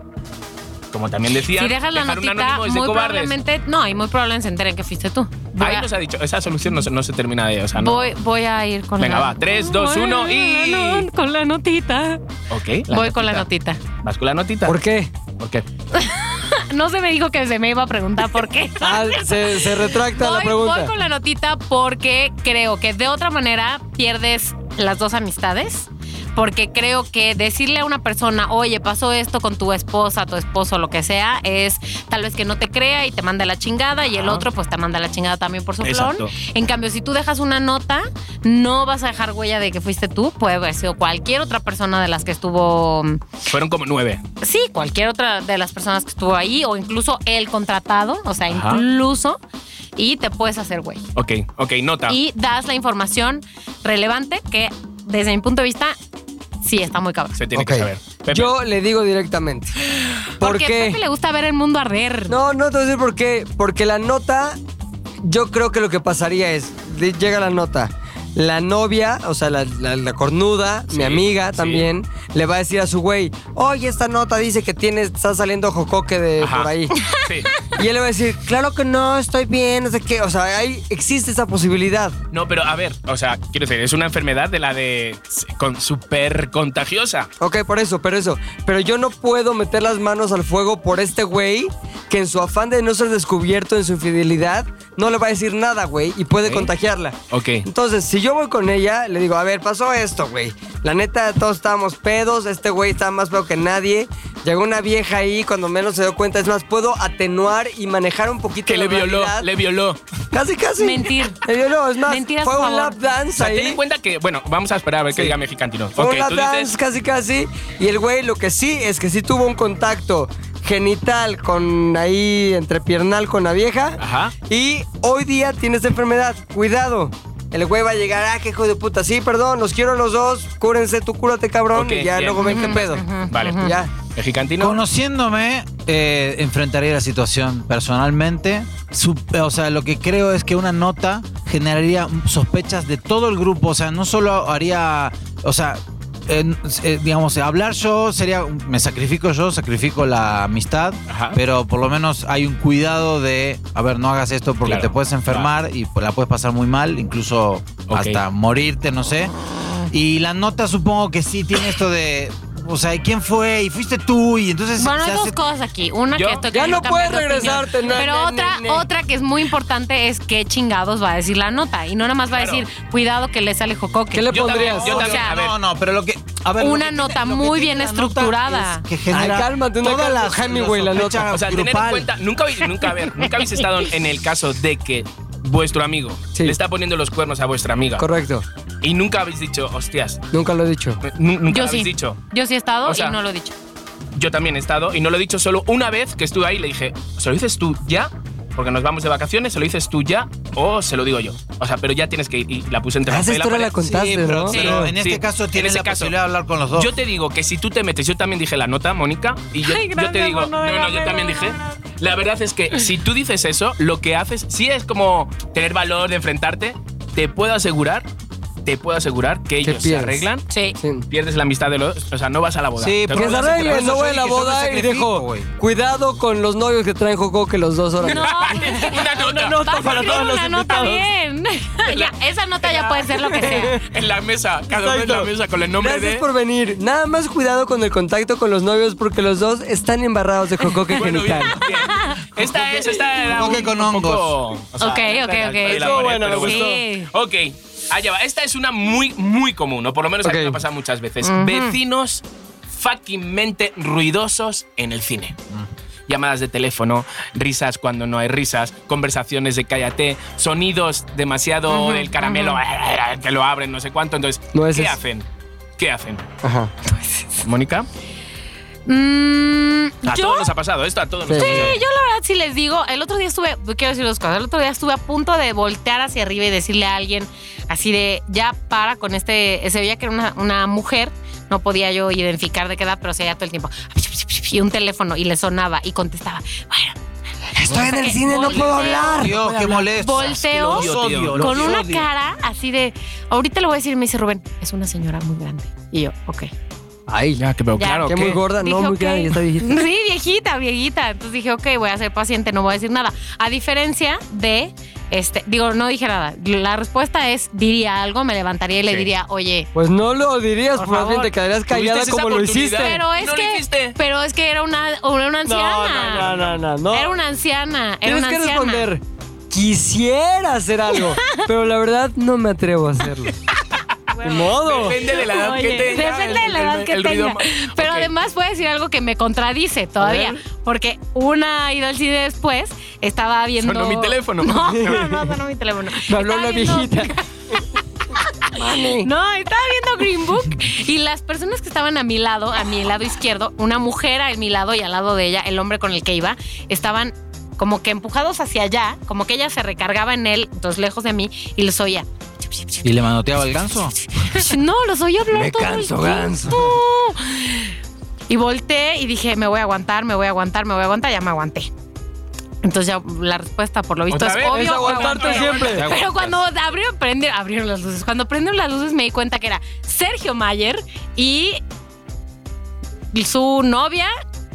como también decía, Si dejas la dejar un notita, anónimo es de muy cobardes. probablemente. No, y muy probablemente se enteren que fuiste tú. Voy Ahí a- nos ha dicho, esa solución no, se- no se termina de, o sea, no. Voy, voy a ir con Venga, la va, tres, dos, Voy uno y- Con la notita. Ok. voy con la notita. ¿Vas con la notita? <laughs> ¿Por qué? ¿Por qué? No se me dijo que se me iba a preguntar por qué. Ah, se, se retracta la voy, voy pregunta. con la notita porque creo que de otra manera pierdes las dos amistades. Porque creo que decirle a una persona, oye, pasó esto con tu esposa, tu esposo, lo que sea, es tal vez que no te crea y te manda la chingada y el Ajá. otro pues te manda la chingada también por su flor. Exacto. En cambio, si tú dejas una nota, no vas a dejar huella de que fuiste tú, puede haber sido cualquier otra persona de las que estuvo Fueron como nueve. Sí, cualquier otra de las personas que estuvo ahí o incluso el contratado, o sea, Ajá. incluso, y te puedes hacer güey. Ok, ok, nota. Y das la información relevante que desde mi punto de vista sí está muy cabrón. Se tiene Ok. que saber. Pepe, Yo le digo directamente. ¿Por Porque a qué? Pepe le gusta ver el mundo arder. No, no te voy a decir por qué. Porque la nota, yo creo que lo que pasaría es, de- llega la nota. La novia, o sea, la, la- la cornuda, Sí, mi amiga sí. también, le va a decir a su güey, oye, esta nota dice que tienes, está saliendo jocoque de Ajá. eh, por ahí. <laughs> Sí. Y él le va a decir, claro que no, estoy bien, no sé qué. O sea, ahí existe esa posibilidad. No, pero a ver, o sea, quiero decir, es una enfermedad de la de con súper contagiosa. Ok, por eso, por eso. Pero yo no puedo meter las manos al fuego por este güey que en su afán de no ser descubierto en su infidelidad, no le va a decir nada, güey, y puede Ok. contagiarla. Ok. Entonces, si yo voy con ella, le digo, a ver, pasó esto, güey. La neta, todos estábamos pedos, este güey estaba más pedo que nadie. Llegó una vieja ahí, cuando menos se dio cuenta, es más, puedo atenuar y manejar un poquito Que la le violó, realidad. le violó. Casi, casi. Mentir. Le violó, es más, Mentir a su fue un favor. lap O dance sea, ahí. ten en cuenta que, bueno, vamos a esperar a ver qué diga Mexicantino. Fue Ok, un lap tú dices- dance casi casi. Y el güey lo que sí es que sí tuvo un contacto genital con ahí entre piernal con la vieja. Ajá. Y hoy día tiene esta enfermedad. Cuidado. El güey va a llegar, ah, qué hijo de puta. Sí, perdón, los quiero los dos. Cúrense, tú cúrate, cabrón. Ok, y ya bien. luego ven qué pedo. Vale. Ya. Mexicantino. Conociéndome, eh, enfrentaría la situación personalmente. Su- o sea, lo que creo es que una nota generaría sospechas de todo el grupo. O sea, no solo haría. O sea. en- eh, digamos, hablar yo sería. Me sacrifico yo, sacrifico la amistad, Ajá. pero por lo menos hay un cuidado de. A ver, no hagas esto porque Claro, te puedes enfermar y pues, la puedes pasar muy mal, incluso Ok. hasta morirte, no sé. Y la nota supongo que sí tiene esto de. O sea, ¿y ¿quién fue? Y fuiste tú. Y entonces Bueno, se hay hace- dos cosas aquí. Una Yo- que estoy Ya queriendo no puedes cambiar de opinión. regresarte, no, Pero no, no, otra, no. otra que es muy importante es qué chingados va a decir la nota. Y no nada más va Claro. a decir, cuidado que le sale jocoque. ¿Qué le Yo también, pondrías? yo No, también, O sea, a ver. No, no, pero lo que. a ver, Una lo que nota tiene- lo que muy tiene bien la nota estructurada. es que genera. Ay, cálmate, una todas carta las. de Hemingway, la nota. sospechas O sea, tener en grupal. cuenta, nunca, habéis- nunca, a ver, nunca habéis estado en el caso de que vuestro amigo Sí. le está poniendo los cuernos a vuestra amiga Correcto. y nunca habéis dicho, hostias, Nunca lo he dicho. nu- nunca Yo sí. habéis dicho. Yo sí he estado O sea, y no lo he dicho. Yo también he estado y no lo he dicho solo una vez que estuve ahí le dije, ¿se lo dices tú ya? porque nos vamos de vacaciones, se lo dices tú ya o se lo digo yo. O sea, pero ya tienes que ir. Y la puse entre Ah, esa papel, historia la pared. contaste, Sí, pero- ¿no? sí, Pero en este sí. caso En tienes ese la caso, posibilidad de hablar con los dos. Yo te digo que si tú te metes, yo también dije la nota, Mónica, y yo, Ay, yo te gracias, digo, no, Manuela, no, yo también dije. La verdad es que si tú dices eso, lo que haces sí es como tener valor de enfrentarte. Te puedo asegurar, te puedo asegurar que ellos se pierdes. arreglan, Sí. Sí. pierdes la amistad de los, o sea, no vas a la boda. Sí, Te Que porque se puedo Pero arreglen, eso no yo voy a la dije, yo boda me y dejo. sacrifico, güey. Cuidado con los novios que traen joco que los dos <laughs> ahora. No, asegurar- una nota. nota vas a escribir una nota <laughs> bien. ya, esa nota ya puede ser lo que sea. en la mesa, cada uno en la Exacto. mesa con el nombre Gracias de. por venir. Nada más cuidado con el contacto con los novios porque los dos están embarrados de jocoque <laughs> Bueno, bien, genital. bien. Esta es, esta era Coque con poco- o sea, Ok, ok, la- ok. la- la- Estuvo bueno, pero me Sí. Ok, allá va. Esta es una muy, muy común, o por lo menos a Ok. mí me ha pasado muchas veces. Ujú. Vecinos fuckingmente ruidosos en el cine. Llamadas de teléfono, risas cuando no hay risas, conversaciones de cállate, sonidos demasiado Ujú, el caramelo, <laughs> que lo abren, no sé cuánto. Entonces, Nueces. ¿qué hacen? ¿Qué hacen? Ajá. Mónica, Mm, a yo todos nos ha pasado esto, a todos Sí. nos ha pasado. Sí, yo la verdad sí les digo, el otro día estuve, quiero decir dos cosas, el otro día estuve a punto de voltear hacia arriba y decirle a alguien así de, ya para con este, se veía que era una, una mujer, no podía yo identificar de qué edad, pero se veía todo el tiempo, y un teléfono y le sonaba y contestaba, bueno, Estoy en el cine, no puedo hablar. Dios, qué molesto. Volteo Los odio, tío, los con una odio. cara así de, ahorita le voy a decir, me dice Rubén, es una señora muy grande. Y yo, ok. Ay, Ya, que pero Ya. claro, Qué muy que- gorda, no, Dije, muy "Ok". grande, ya está <laughs> viejita. Sí, viejita, viejita. Entonces dije, ok, voy a ser paciente, no voy a decir nada. A diferencia de, este, digo, no dije nada. La respuesta es, diría algo, me levantaría y le Sí. diría, oye. Pues no lo dirías, Por pues más bien favor. te quedarías callada Tuviste esa como lo hiciste. oportunidad. Pero es No lo que, hiciste. pero es que era una, una, una No, anciana. no, no, no, no. Era una anciana. Era Tienes una que anciana. responder. Quisiera <laughs> hacer algo, pero la verdad no me atrevo a hacerlo. De modo. Depende de la edad que Oye, tenga. Depende de la el- edad el- que el ruido tenga. ma- Pero Ok. además puede decir algo que me contradice todavía. Porque una ido al cine después estaba viendo. Sonó mi <laughs> teléfono. No, no, <laughs> no sonó mi teléfono. Me habló Estaba la viendo- viejita. <laughs> Mami. No, estaba viendo Green Book y las personas que estaban a mi lado, a mi lado izquierdo, una mujer a mi lado y al lado de ella, el hombre con el que iba, estaban como que empujados hacia allá, como que ella se recargaba en él, entonces lejos de mí, y los oía. Pues, ¿Y le manoteaba el ganso? No, los oí hablar Me todo el canso, tiempo. ganso. Y volteé y dije, me voy a aguantar, me voy a aguantar, me voy a aguantar, ya me aguanté. Entonces ya la respuesta, por lo visto, ¿Otra es vez? obvio. Es me aguantarte aguanté. siempre. Te aguantas. Pero cuando abrieron, prende- abrieron las luces, cuando prendieron las luces me di cuenta que era Sergio Mayer y su novia,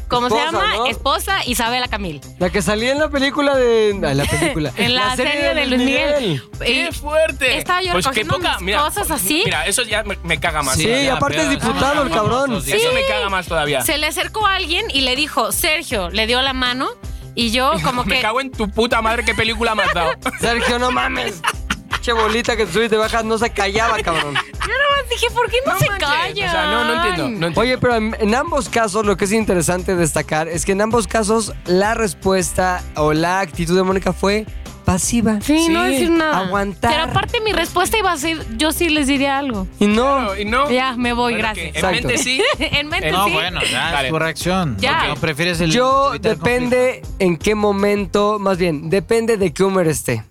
¿cómo se Esposa, llama? ¿no? Esposa Isabela Camil. La que salía en la película de. ay, la película. En la, serie, de Luis Miguel. ¡Qué Y fuerte! estaba yo pues qué recogiendo poca, mis mira, cosas así. Mira, eso ya me, me caga más. Sí, todavía. y aparte es pero- diputado, el Ah, cabrón. famosos, Sí. Eso me caga más todavía. se le acercó a alguien y le dijo, Sergio, le dio la mano y <laughs> yo como me que... cago en tu puta madre, qué película me <laughs> has dado. Sergio, no mames. Che bolita que te subes y te bajas, no se callaba, cabrón. Yo nada más <laughs> dije, ¿por qué no, se manches, callan? O sea, no, no entiendo. No entiendo. Oye, pero en, en ambos casos lo que es interesante destacar es que en ambos casos la respuesta o la actitud de Mónica fue pasiva. Sí, no decir nada. Aguantar. Pero aparte mi respuesta iba a ser, yo sí les diría algo. Y no, Claro, y no. Ya, me voy, Bueno, gracias. que En mente Exacto. sí. <laughs> en mente No, sí. bueno, ya, Ah, Dale. es tu reacción. Ya. ¿No prefieres el yo evitar el depende en qué momento, más bien, depende de qué humor esté.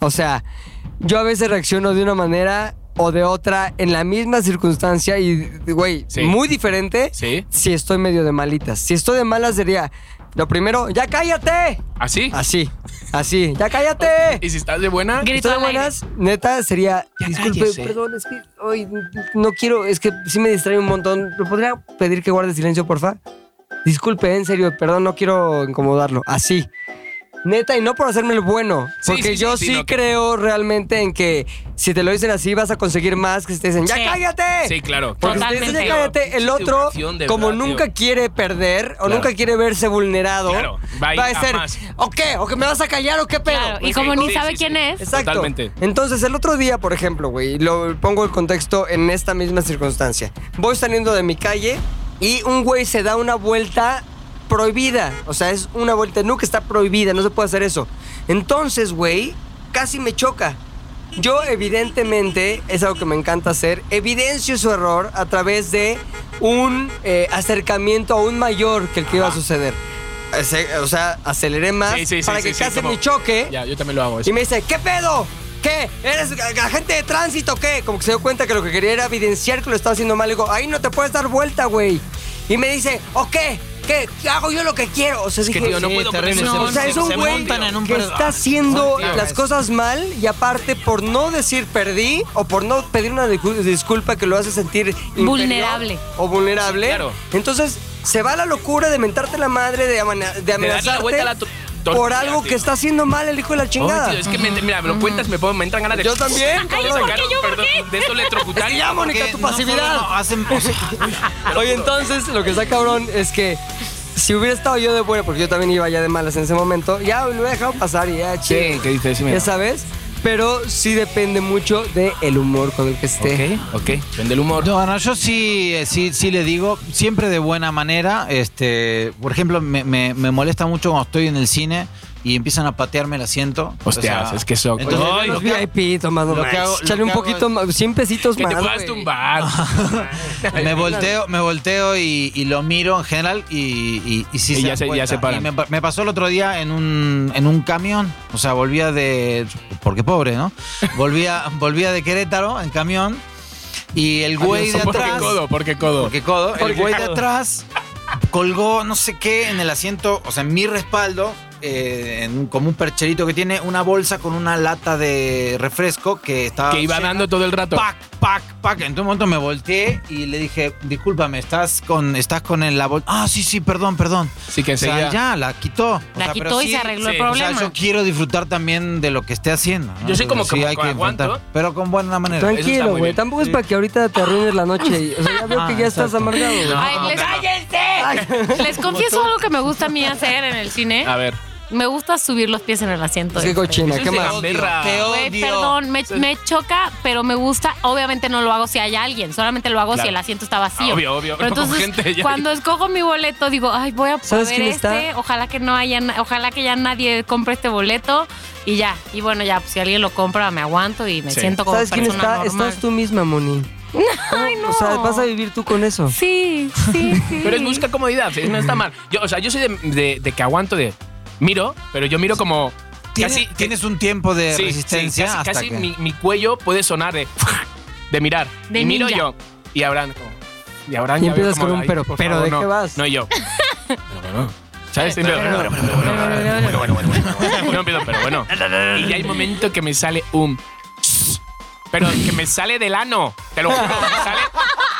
O sea, yo a veces reacciono de una manera o de otra en la misma circunstancia y, güey, Sí. muy diferente Sí. si estoy medio de malitas. Si estoy de malas sería, lo primero, ¡ya cállate! ¿Así? Así, así, ¡ya cállate! ¿Y si estás de buena? Grito Estoy de al aire. buenas, neta, sería. Ya disculpe, cállese. perdón, es que hoy no quiero, es que sí me distrae un montón. ¿Me podría pedir que guarde silencio, porfa? Disculpe, en serio, perdón, no quiero incomodarlo. Así. Neta, y no por hacerme el bueno, Sí, porque sí, sí, yo sí, sí, no, que- creo realmente en que si te lo dicen así vas a conseguir más que si te dicen, ¡ya Sí. cállate! Sí, claro. Porque si te dicen, Totalmente. "Ya cállate, el otro, Educación, de como verdad, nunca tío. quiere perder o Claro. nunca quiere verse vulnerado, Claro, va a ir va a a ser, más. ¿o qué? ¿O que me vas a callar o qué pedo? Claro, y Ok, como ni pues sí, sabe sí, quién sí. es, Exacto. Totalmente. Entonces, el otro día, por ejemplo, güey, lo pongo el contexto en esta misma circunstancia. Voy saliendo de mi calle y un güey se da una vuelta prohibida. O sea, es una vuelta nunca está prohibida, no se puede hacer eso. Entonces, güey, casi me choca. Yo, evidentemente, es algo que me encanta hacer, evidencio su error a través de un eh, acercamiento aún mayor que el que iba a suceder. ese- o sea, aceleré más Sí, sí, sí, para sí, que sí, casi como- me choque. Ya, yo también lo hago. eso. Y me dice, ¿qué pedo? ¿Qué? ¿Eres ag- agente de tránsito? ¿Qué? Como que se dio cuenta que lo que quería era evidenciar que lo estaba haciendo mal. Le digo, ahí no te puedes dar vuelta, güey. Y me dice, ¿o qué? ¿Qué? Hago yo lo que quiero. O sea, Es que, dije, tío, no Sí, puedo terrible, con se- eso. o sea, se- es un se güey montan en un que per- está haciendo tío, las es- cosas mal y aparte por no decir perdí o por no pedir una discul- disculpa que lo hace sentir inferior Vulnerable. o vulnerable. Sí, claro. Entonces se va la locura de mentarte la madre, de, amana- de darle la amenazarte vuelta a la to- por tortilla, algo tío. que está haciendo mal el hijo de la chingada. Ay, tío, es que me, mira, Mm. me lo cuentas, me, puedo, me entran ganas de. Yo <laughs> también, Quiero cabrón. sacar un- perdón, <laughs> De esto electrocutar. Ya, Mónica, Porque tu no solo pasividad. no hacen- o sea, Oye, entonces lo que está cabrón es que si hubiera estado yo de buena, porque yo también iba ya de malas en ese momento, ya lo hubiera dejado pasar y ya, che. Sí, ¿qué dices? Sí, mira. ya sabes. Pero sí depende mucho del humor con el que esté. Ok, ok. Depende el humor. <laughs> No, no, yo sí, eh, sí, sí le digo, siempre de buena manera. Este, por ejemplo, me, me- me molesta mucho cuando estoy en el cine y empiezan a patearme el asiento. Hostias, es que eso- entonces, Ay, lo Los que hago- VIP, Tomás, no lo que manches. hago- lo Échale que un hago poquito es- más, 100 pesitos que más. te puedas güey. tumbar. <laughs> me volteo, me volteo y, y lo miro en general y, y, y sí Y ya dan se- ya cuenta. se paran. Y me, pa- me pasó el otro día en un, en un camión, o sea, volvía de... Porque pobre, ¿no? Volvía, <laughs> volvía de Querétaro en camión y el güey de Adiós, ¿Por qué atrás... codo? ¿Por qué codo? Porque codo, el Porque güey de codo. atrás colgó no sé qué en el asiento, o sea, en mi respaldo, eh, en un- como un percherito que tiene una bolsa con una lata de refresco que estaba que iba llena. dando todo el rato. Pac, pac, pac. En un momento me volteé y le dije, discúlpame, estás con, estás con el, la bolsa. Ah, sí, sí, perdón, perdón. Sí, que O sea, enseguida. ya, la quitó. O La sea, pero quitó y sí, se arregló sí, el O sea, problema. yo quiero disfrutar también de lo que esté haciendo. ¿no? Yo soy como Sí, que hay que aguanto. enfrentar, pero con buena manera. Eso está Tranquilo, muy güey. bien. Tampoco es para que ahorita te arruines la noche. y- O sea, ya veo que Ah, ya estás exacto. amargado. güey. No. Ay, les- Ay. Les confieso algo que me gusta a mí hacer en el cine. A ver. Me gusta subir los pies en el asiento. Qué cochina, Eso qué es de más. gamberra. Te odio. Güey, perdón, me, me choca, pero me gusta. Obviamente no lo hago si hay alguien, solamente lo hago Claro. si el asiento está vacío. Obvio, obvio, Pero no, entonces, gente, ya- cuando escojo mi boleto, digo, ay, voy a ¿Sabes poder quién este, está? ojalá que no haya, na- ojalá que ya nadie compre este boleto y ya. Y bueno, ya, pues, si alguien lo compra, me aguanto y me Sí. siento como ¿Sabes quién persona está? normal. Estás tú misma, Moni. <laughs> Ay, no. O sea, vas a vivir tú con eso. Sí, <laughs> sí, sí. Pero es busca comodidad, ¿sí? no está mal. Yo, o sea, yo soy de, de- de que aguanto de. Miro, pero yo miro como. Tiene- casi, tienes un tiempo de sí, sí, resistencia casi- hasta casi que- mi, mi cuello puede sonar de. <laughs> De mirar. De y miro ninja. yo. Y habrán como. Y habrán Y ya veo empiezas como, con un "Ay, pero, por pero, ¿de no". qué vas? No, <laughs> y yo. Pero bueno. ¿Sabes? Bueno, bueno, bueno, bueno, bueno, bueno, bueno, bueno. No empiezo, pero bueno. Y ya hay momento que me sale un. <laughs> Pero que me sale del ano. Te lo juro, me sale.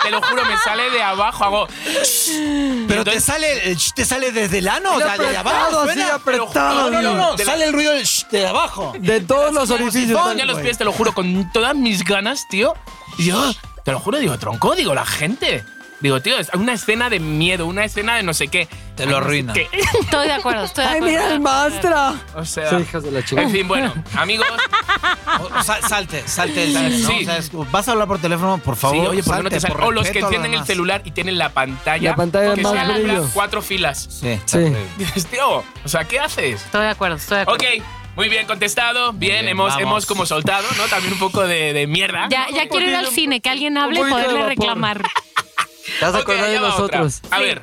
Te lo juro, me sale de abajo. Hago. Pero Entonces- te sale, el sh- te sale desde el ano, o sea, desde apretado, abajo. así, suena. No, apretado. no, no, De la- sale el ruido del sh- de abajo. De todos los orificios. Ponía los pies, te lo juro, con todas mis ganas, tío. Y yo, te lo juro, digo, tronco, digo, la gente. Digo, tío, es una escena de miedo, una escena de no sé qué. Te lo arruina. ¿Qué? Estoy de acuerdo, estoy de Ay, acuerdo. mira el maestra. O sea. Sí, hijos de la chingada. en fin, bueno, amigos. O- o sal- salte, salte del Sí. ¿no? O sea, es- vas a hablar por teléfono, por favor. sí, oye, ¿por qué no salte, te sale? por O los que respeto a tienen el demás. celular y tienen la pantalla. La pantalla que más se alarga brillo. cuatro filas. Sí, Sí. salte. Dices, tío, o sea, ¿qué haces? Estoy de acuerdo, estoy de acuerdo. Ok, muy bien contestado. Bien, bien, hemos, vamos. hemos como soltado, ¿no? También un poco de, de mierda. Ya, ya quiero ir al cine, que alguien hable y poquito de poderle vapor. reclamar. Te vas a Ok, acordar de allá va otra. nosotros. A ver.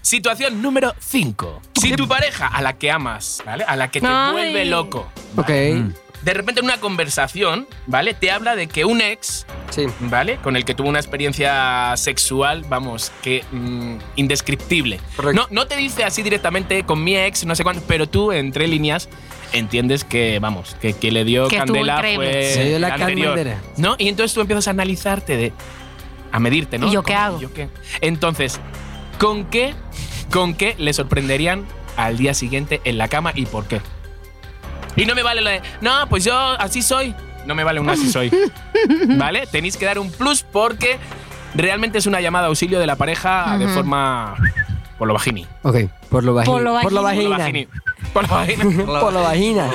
Situación número 5. Si tu pareja, a la que amas, ¿vale? A la que te Ay. vuelve loco, Ok. Mm. de repente en una conversación, ¿vale? Te habla de que un ex, Sí. ¿vale? Con el que tuvo una experiencia sexual, vamos, que mm, indescriptible. Correcto. No, no te dice así directamente con mi ex, no sé cuánto, pero tú, entre líneas, entiendes que, vamos, que, que le dio Que estuvo candela increíble. fue Se dio la el Eh, anterior, candela. ¿No? Y entonces tú empiezas a analizarte de... A medirte, ¿no? ¿Y yo qué ¿Cómo? hago? ¿Y yo qué? Entonces, ¿con qué, ¿con qué le sorprenderían al día siguiente en la cama y por qué? Y no me vale la de... No, pues yo así soy. No me vale un <laughs> así soy. ¿Vale? Tenéis que dar un plus porque realmente es una llamada a auxilio de la pareja de Ujú. forma... Por lo bajini. Ok. Por lo vagina. Por lo Por lo Por lo vagina. bajini. Por <laughs> lo bajini. Por lo vagina.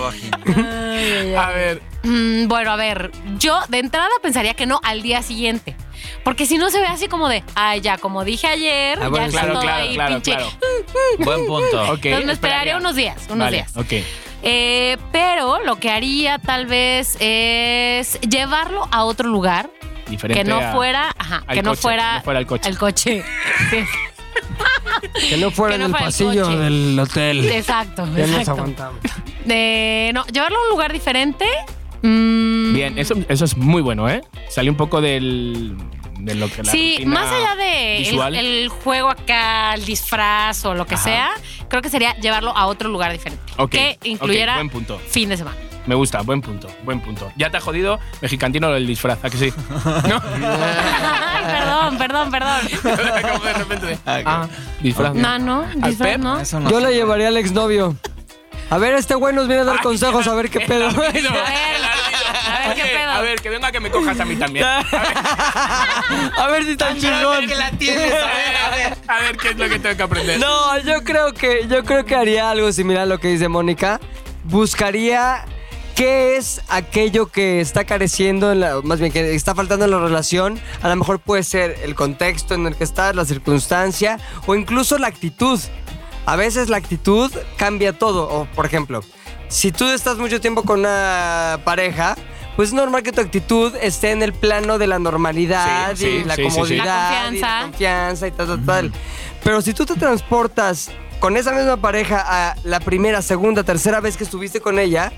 A ver, Ah, Mm, bueno, a ver, yo de entrada pensaría que no al día siguiente. Porque si no se ve así como de, ay, ya, como dije ayer, Ah, bueno, ya claro, está todo claro, ahí, claro, pinche. <laughs> claro. Buen punto. Ok, Entonces me esperaría. esperaría unos días, unos Vale, días. Ok. Eh, pero lo que haría tal vez es llevarlo a otro lugar Diferente que no a- fuera, ajá, al que no coche, fuera, <laughs> no fuera el coche. El coche. Sí. Que no fuera Que no fuera el en el pasillo coche. del hotel. Exacto, Ya nos exacto. aguantamos. Eh, no, llevarlo a un lugar diferente. mm, Bien, eso, eso es muy bueno, ¿eh? Sale un poco del. De lo que la Sí, rutina más allá de visual. el, el juego acá, el disfraz o lo que Ajá. sea, creo que sería llevarlo a otro lugar diferente. Ok, que incluyera ok, buen punto. fin de <laughs> semana. Me gusta, buen punto, buen punto. Ya te ha jodido mexicantino el disfraz, ¿a que sí? <laughs> ¿No? Ay, perdón, perdón, perdón. Como de repente de, ah, disfraz. No, no, ¿Al disfraz Pep? no. Eso no Yo se la puede. llevaría al exnovio. A ver, este güey nos viene a dar consejos, a ver qué <laughs> pedo. A ver, Rápido, a ver, ¿qué Oye, pedo? A ver, que venga que me cojas a mí también. A ver, <laughs> A ver si tan Ah, chingón. a ver, a ver qué es lo que tengo que aprender. No, yo creo que yo creo que haría algo similar a lo que dice Mónica. Buscaría qué es aquello que está careciendo, en la- más bien que está faltando en la relación. A lo mejor puede ser el contexto en el que estás, la circunstancia o incluso la actitud. A veces la actitud cambia todo. O, por ejemplo, si tú estás mucho tiempo con una pareja, pues es normal que tu actitud esté en el plano de la normalidad Sí, sí, y la sí, sí, sí. comodidad y la La confianza. confianza y tal, tal, tal. Pero si tú te transportas con esa misma pareja a la primera, segunda, tercera vez que estuviste con ella,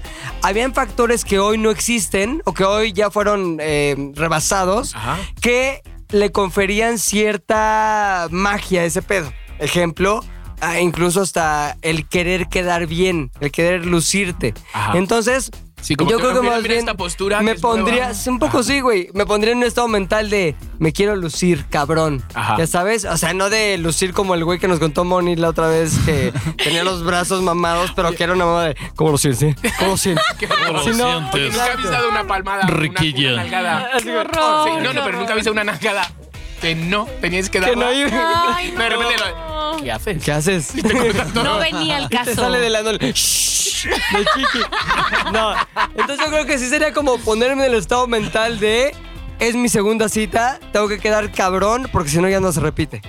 habían factores que hoy no existen o que hoy ya fueron eh, rebasados Ajá. que le conferían cierta magia a ese pedo. Ejemplo, ah, incluso hasta el querer quedar bien, el querer lucirte. Ajá. Entonces, Sí, como yo que, creo que mira, más mira bien esta postura que me es nueva. pondría, sí, un poco sí, güey, me pondría en un estado mental de me quiero lucir, cabrón. Ajá. Ya sabes, o sea, no de lucir como el güey que nos contó Moni la otra vez <laughs> que tenía los brazos mamados, pero que era una mamada de ¿cómo lucir, sí? ¿Cómo lucir? <laughs> <laughs> ¿Cómo Si lo no, sientes? Porque nunca habéis dado una palmada. una- Riquilla. Una, nalgada. Así que- Sí, no, no, pero nunca habéis dado una nalgada. Que no, teníais que Que darla. no hay- <laughs> Ay, No, de repente no. lo- ¿Qué haces? <laughs> ¿Qué haces? <laughs> Te cortas todo. No venía Este al Te caso. sale de la nol. <laughs> Shh, de chiqui. <laughs> No. Entonces yo creo que sí sería como ponerme en el estado mental de es mi segunda cita, tengo que quedar cabrón porque si no ya no se repite.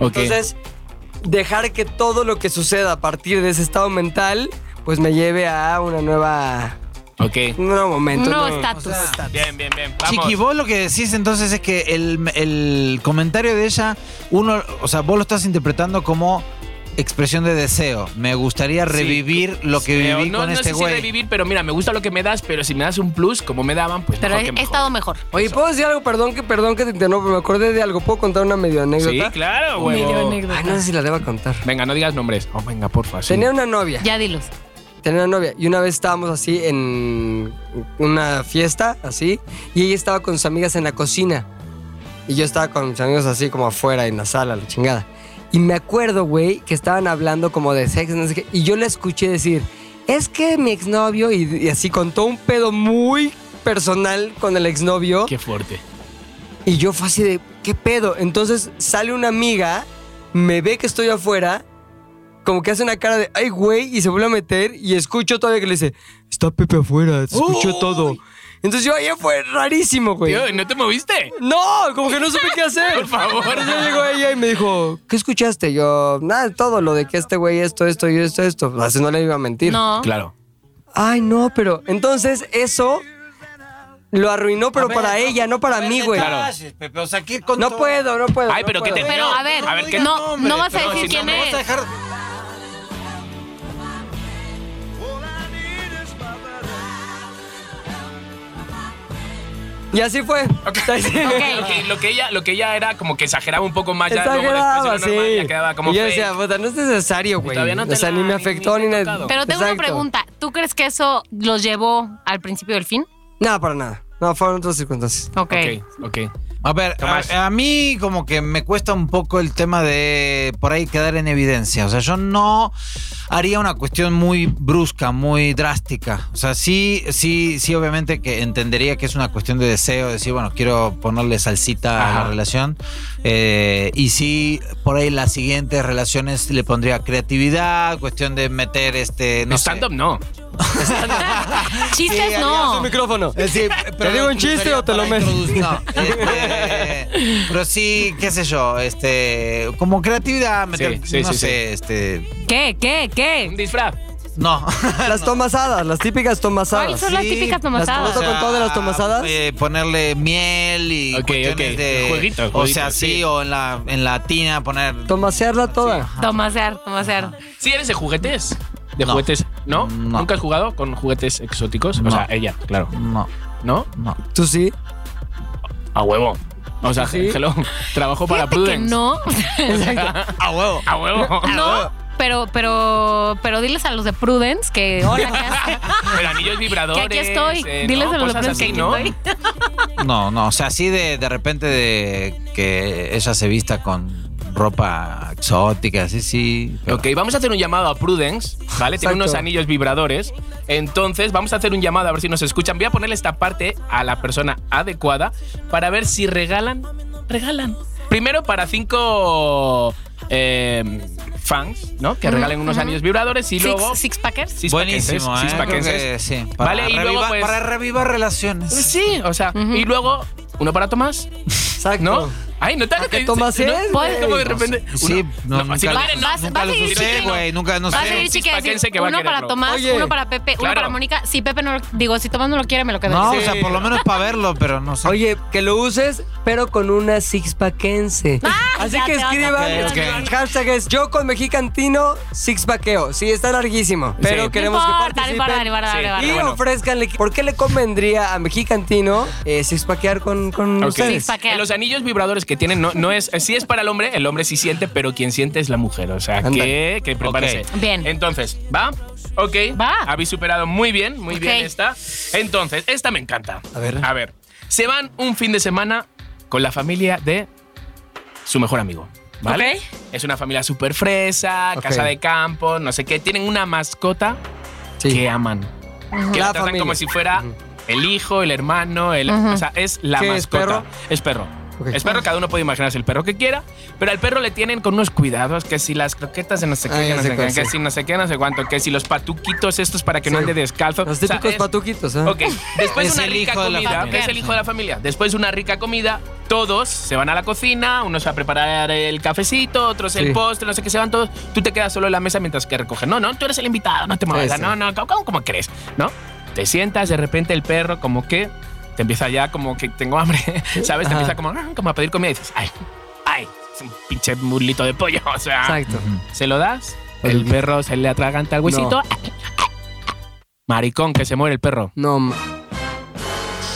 Ok. Entonces, dejar que todo lo que suceda a partir de ese estado mental pues me lleve a una nueva Ok. un nuevo momento. No, ¿no? estatus. Bien, bien, bien. Vamos. Chiqui, vos lo que decís entonces es que el, el comentario de ella, uno, o sea, vos lo estás interpretando como expresión de deseo. Me gustaría Sí. revivir lo que Pero viví no, con no este sé si güey. revivir, pero mira, me gusta lo que me das, pero si me das un plus, como me daban, pues Pero mejor he, que he mejor. estado mejor. Oye, ¿puedo decir algo? Perdón que perdón que te interrumpa, me acordé de algo. ¿Puedo contar una medio anécdota? Sí, claro, güey. Ay, no sé si la deba contar. Venga, no digas nombres. Oh, venga, porfa. sí. Tenía una novia. Ya dilos. tenía una novia y una vez estábamos así en una fiesta, así, y ella estaba con sus amigas en la cocina. Y yo estaba con mis amigos así como afuera en la sala, la chingada. Y me acuerdo, güey, que estaban hablando como de sexo, no sé qué, y yo la escuché decir, es que mi exnovio, y, y así contó un pedo muy personal con el exnovio. Qué fuerte. Y yo fue así de, ¿qué pedo? Entonces sale una amiga, me ve que estoy afuera, como que hace una cara de, ay, güey, y se vuelve a meter y escucho todavía que le dice, está Pepe afuera, te escuchó todo. Entonces yo, ahí fue rarísimo, Pues güey. Tío, ¿no te moviste? No, como que no supe qué hacer. <laughs> Por favor. Entonces ya llegó ella y me dijo, ¿qué escuchaste? Yo, nada, todo lo de que este güey, esto, esto y esto, esto. Así no le iba a mentir. No. Claro. Ay, no, pero entonces eso lo arruinó, pero para ella, no para mí, güey. Pepe, o sea, ¿qué No puedo, no puedo. Ay, no pero ¿qué puedo. te- Pero No, a ver, no digas no, no vas a pero decir si no quién me es. Y <laughs> así fue. Lo que, lo que ella, lo que ella era como que exageraba un poco más ya. luego después era Exageraba, normal, sí. ya quedaba como y yo fake. decía, puta, no es necesario, güey. todavía no te o sea, la- ni me ni- afectó ni ni, te he nada. tocado. Pero tengo una Exacto. pregunta. ¿Tú crees que eso los llevó al principio del fin? No, para nada. No, fueron otras circunstancias. Ok. <laughs> Ok, ok. A ver, Tomás. a, a mí como que me cuesta un poco el tema de por ahí quedar en evidencia. O sea, yo no haría una cuestión muy brusca, muy drástica. O sea, sí, sí, sí, obviamente que entendería que es una cuestión de deseo, decir, bueno, quiero ponerle salsita a Ajá. la relación. Eh, y sí, por ahí las siguientes relaciones le pondría creatividad, cuestión de meter este... No sé. stand up no. Chistes Sí, no. micrófono. Es <laughs> decir, Eh, pero digo un chiste o te lo para meto? introducir- No, <laughs> este, pero sí, qué sé yo, este, como creatividad, meter, Sí, sí, no sí, sé, este, ¿Qué? ¿Qué? Un ¿Qué? disfraz. No. Las tomasadas, las típicas ¿Cuáles tomasadas. son las Sí, típicas las ¿Todo <laughs> tomasadas? con todo de las tomasadas? pues, eh, ponerle miel y Ok, cuestiones ok. de Jueguito, o jueguito, sea, sí, sí. o en la en la tina poner Tomasearla toda. Tomasear, tomasear. ¿Sí eres de juguetes? ¿De No. juguetes? ¿No? No. ¿Nunca has jugado con juguetes exóticos? O No. sea, ella, claro. No, ¿No? no. ¿Tú sí? A huevo. O sea, Sí. hello. Trabajo para Fíjate que Prudence. <laughs> no. A huevo. A Ah, huevo. <laughs> no. Pero, pero, pero diles a los de Prudence que hola, ¿qué <laughs> haces? Pero anillos vibradores. Que aquí estoy. eh, Diles ¿no? a los de Cosas Prudence así, que ¿no? aquí estoy. No, no, o sea, así de, de repente de que ella se vista con ropa exótica, así sí. pero- Ok, vamos a hacer un llamado a Prudence, ¿vale? Tiene Exacto. unos anillos vibradores. Entonces, vamos a hacer un llamado a ver si nos escuchan. Voy a ponerle esta parte a la persona adecuada para ver si regalan. Regalan. Primero para cinco eh, fans, ¿no? Que Ujú, regalen unos ujú. anillos vibradores y luego. Six, six packers. six Buenísimo, paquenses, ¿eh? six Creo paquenses. que sí, para, Vale, y revivar, luego, pues- para revivar relaciones. Sí, o sea, Ujú. y luego uno para Tomás, Exacto. ¿no? Oh. Ay, no te ¿A qué Tomás ¿no? es, ¿Cómo de güey? repente? Sí, uno- no, si nunca- no quieren, Vas- nunca vas a lo seguir supe, chiquito. güey, nunca, no Va a Sí, sé. seguir six chica. packense decir, que va a uno para quererlo. Tomás, Oye. uno para Pepe, uno Claro. para Mónica. Si Pepe no lo, digo, si Tomás no lo quiere, me lo quedo. No, Sí. o sea, por lo menos para verlo, pero no sé. Oye, que lo uses, pero con una sixpackense. Así ya que te vas a escriban. Ok, escriban. ok. Hashtag es yo con mexicantino sixpackeo. Sí, está larguísimo. Pero Sí. queremos que No importa, no participen. importa, no importa, Sí. no importa. Y Bueno. ofrezcanle, ¿por qué le convendría a Mexicantino eh, sixpackear con, con Ok. ustedes? Sixpack. Eh, Los anillos vibradores que tienen no, no es. Sí es para el hombre, el hombre sí siente, pero quien siente es la mujer. O sea, que, Ándale. que prepárese. Ok. Bien. Entonces, ¿va? Ok. Va. Habéis superado muy bien, muy Ok. bien esta. Entonces, esta me encanta. A ver. A ver. Se van un fin de semana con la familia de su mejor amigo. ¿Vale? Ok. Es una familia súper fresa, Ok. casa de campo, no sé qué. Tienen una mascota Sí. que aman. Que La la tratan familia. como si fuera el hijo, el hermano, el, Ujú. o sea, es la ¿Qué, es mascota. perro? Es perro. Ok. Es perro, cada uno puede imaginarse el perro que quiera, pero al perro le tienen con unos cuidados, que si las croquetas de no sé qué, Ah, que ya no sé sé qué, cuál, que sí. si no sé qué, no sé cuánto, que si los patuquitos estos para que no Sí. ande descalzo. Los O sea, típicos es- patuquitos, ¿eh? Ok, después Es de una el rica hijo de la comida, familia. es el hijo de la familia. Después de una rica comida, todos se van a la cocina, unos a preparar el cafecito, otros el Sí. postre, no sé qué se van todos. Tú te quedas solo en la mesa mientras que recogen. No, no, tú eres el invitado, no te muevas. Sí, sí. No, no, ¿cómo, cómo- cómo crees? ¿No? Te sientas, de repente el perro como que te empieza ya como que tengo hambre, <laughs> ¿sabes? Te Ajá. empieza como, "Ah", como a pedir comida y dices, ay, ay, es un pinche mulito de pollo, <laughs> o sea. Exacto. Se lo das, el Oye. perro se le atraganta al huesito. Maricón, que se muere el perro. No, ma-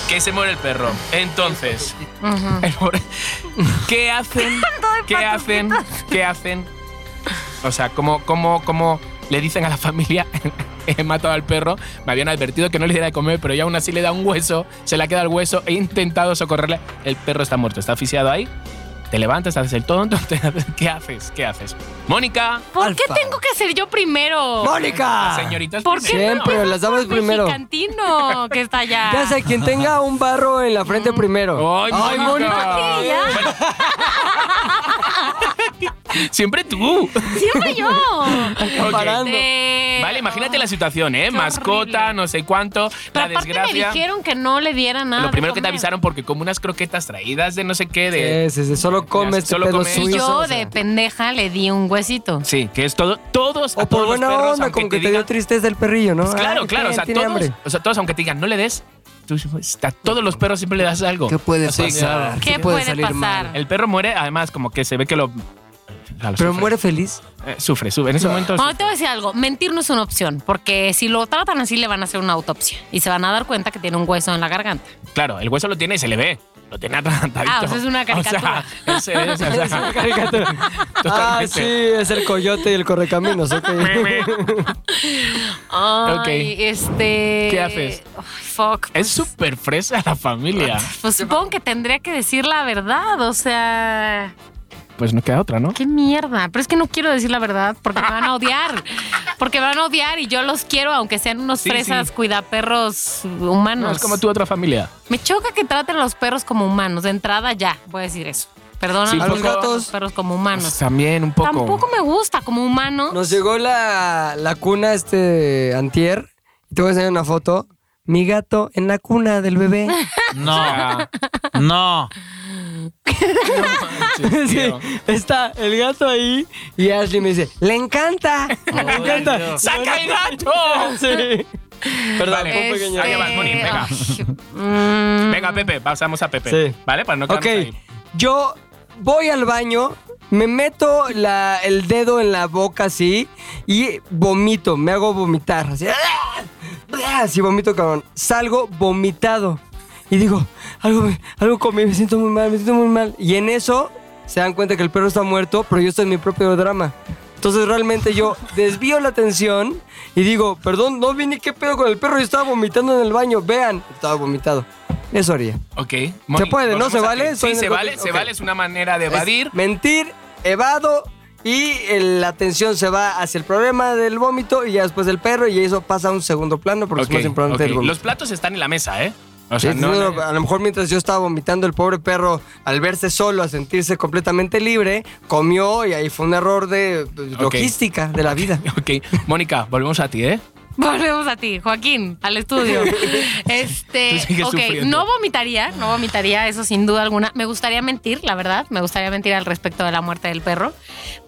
Que se muere el perro. <laughs> Entonces, Ujú. el pobre- <laughs> ¿qué hacen? ¿Qué hacen? ¿Qué hacen? O sea, ¿cómo, cómo, cómo le dicen a la familia? <laughs> He matado al perro, me habían advertido que no le diera de comer, pero ya aún así le da un hueso, se le queda el hueso, he intentado socorrerle. El perro está muerto, está asfixiado ahí. Te levantas, haces el tonto, <laughs> te- ¿qué haces? ¿Qué haces? Mónica, ¿Por qué Alfa. tengo que ser yo primero? ¡Mónica! señorita, Ah, ¿Por qué no Siempre, empiezas las damas por primero. Mexicantino, que está allá. Ya sé, quien tenga un barro en la frente primero. ¡Ay, Ay, Mónica! Ok, ya. Siempre tú. Siempre yo. Comparando. <laughs> Eh, Vale, imagínate la situación, ¿eh? Qué Mascota, horrible. no sé cuánto, Pero la aparte me desgracia. dijeron que no le diera nada. Lo Ah, de primero que te comer. avisaron porque como unas croquetas traídas de no sé qué de Sí, sí, sí, Solo come este Solo pedo come. Y suizo, yo o sea. de pendeja le di un huesito. Sí, que es todo todos a O todos por los buena perros, onda, aunque como que te digan- dio tristeza el perrillo, ¿no? Pues claro, Ay, claro, o bien, sea, tiene todos, hambre. o sea, todos aunque te digan no le des, tú "Pues, a todos los perros siempre le das algo. ¿Qué puede Sí, pasar? ¿Qué puede pasar? El perro muere, además como que se ve que lo Pero sufre. muere Ah. feliz. Eh, sufre, sufre. En ese momento Bueno, te voy a decir algo. Mentir no es una opción, porque si lo tratan así le van a hacer una autopsia y se van a dar cuenta que tiene un hueso en la garganta. Claro, el hueso lo tiene y se le ve. Lo tiene atragantadito. Ah, o sea, es una caricatura. <laughs> O sea, es- es- o <laughs> sea, Ah, totalmente. sí, es el coyote y el <laughs> correcaminos, ok. Ay, Ok. este. ¿Qué haces? Ay, fuck. Es súper fresa la <laughs> familia. Pues supongo que tendría que decir la verdad, o sea, Pues no queda otra, ¿no? qué mierda. Pero es que no quiero decir la verdad porque me van a <laughs> odiar. Porque me van a odiar y yo los quiero, aunque sean unos Sí, fresas sí. cuidaperros humanos. No, es como tu otra familia. Me choca que traten a los perros como humanos. De entrada ya, voy a decir eso. Perdona Sí, a a los los gatos. perros como humanos. Pues También un poco. <laughs> Tampoco me gusta como humano. Nos llegó la, la cuna este antier. Te voy a enseñar una foto. <laughs> Mi gato en la cuna del bebé. No, no. No manches, Sí, tío. está el gato ahí y Ashley me dice, le encanta. Le encanta. Dios. ¡Saca el gato! <laughs> Sí. Perdón, Vale. fue un pequeño- Ahí vas, Moni, venga. Este, ay, mm, Venga, Pepe, pasamos a Pepe. Sí. ¿Vale? Para no Ok, quedarnos ahí. yo voy al baño, me meto la- el dedo en la boca así y vomito, me hago vomitar. Así, ¡ah! ¡Ah! así vomito, cabrón. Salgo vomitado y digo, algo, me- algo comí, me siento muy mal, me siento muy mal. Y en eso se dan cuenta que el perro está muerto, pero yo estoy en mi propio drama. Entonces <laughs> realmente yo desvío la atención y digo, perdón, no vi ni qué pedo con el perro, yo estaba vomitando en el baño, vean, estaba vomitado. Eso haría. Ok. Moni, puede, ¿no? volvemos ¿Se a ti. vale? Estoy Sí, en se el vale, contexto. se Ok. vale. Es una manera de Es evadir. mentir, evado y el- la atención se va hacia el problema del vómito y ya después del perro y eso pasa a un segundo plano porque Ok, es más importante ok. el vómito. Los platos están en la mesa, ¿eh? O Sí, sea, no, sí, no- pero a lo mejor mientras yo estaba vomitando, el pobre perro, al verse solo, a sentirse completamente libre, comió y ahí fue un error de pues, Ok. logística de la vida. <laughs> Ok, Mónica, volvemos a ti, ¿eh? <laughs> Volvemos a ti, Joaquín, al estudio. <laughs> Este, Tú sigues ok, sufriendo. no vomitaría, no vomitaría, eso sin duda alguna. Me gustaría mentir, la verdad, me gustaría mentir al respecto de la muerte del perro,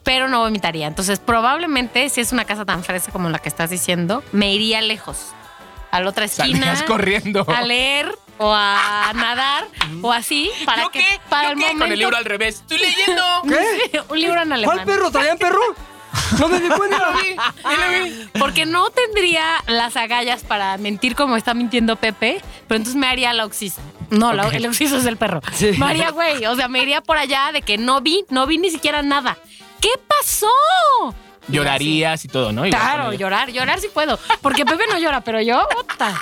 pero no vomitaría. Entonces, probablemente, si es una casa tan fresa como la que estás diciendo, me iría lejos, a la otra esquina, Salías <laughs> corriendo. a leer o a nadar o <laughs> así, para ¿Yo que qué? para ¿Yo el qué? momento Con el libro al revés. ¡Estoy leyendo! ¿Qué? <laughs> un libro en alemán. ¿Cuál perro? ¿Traían perro? No me <laughs> di cuenta. <laughs> Porque no tendría las agallas para mentir como está mintiendo Pepe, pero entonces me haría la oxisa. No, la- Ok. el oxiso es el perro. Sí. Me haría, güey. O sea, me iría por allá de que no vi, no vi ni siquiera nada. ¿Qué pasó? Y Llorarías y todo, ¿no? así. Igual Claro, con ella. llorar, llorar sí puedo. Porque Pepe no llora, pero yo, puta.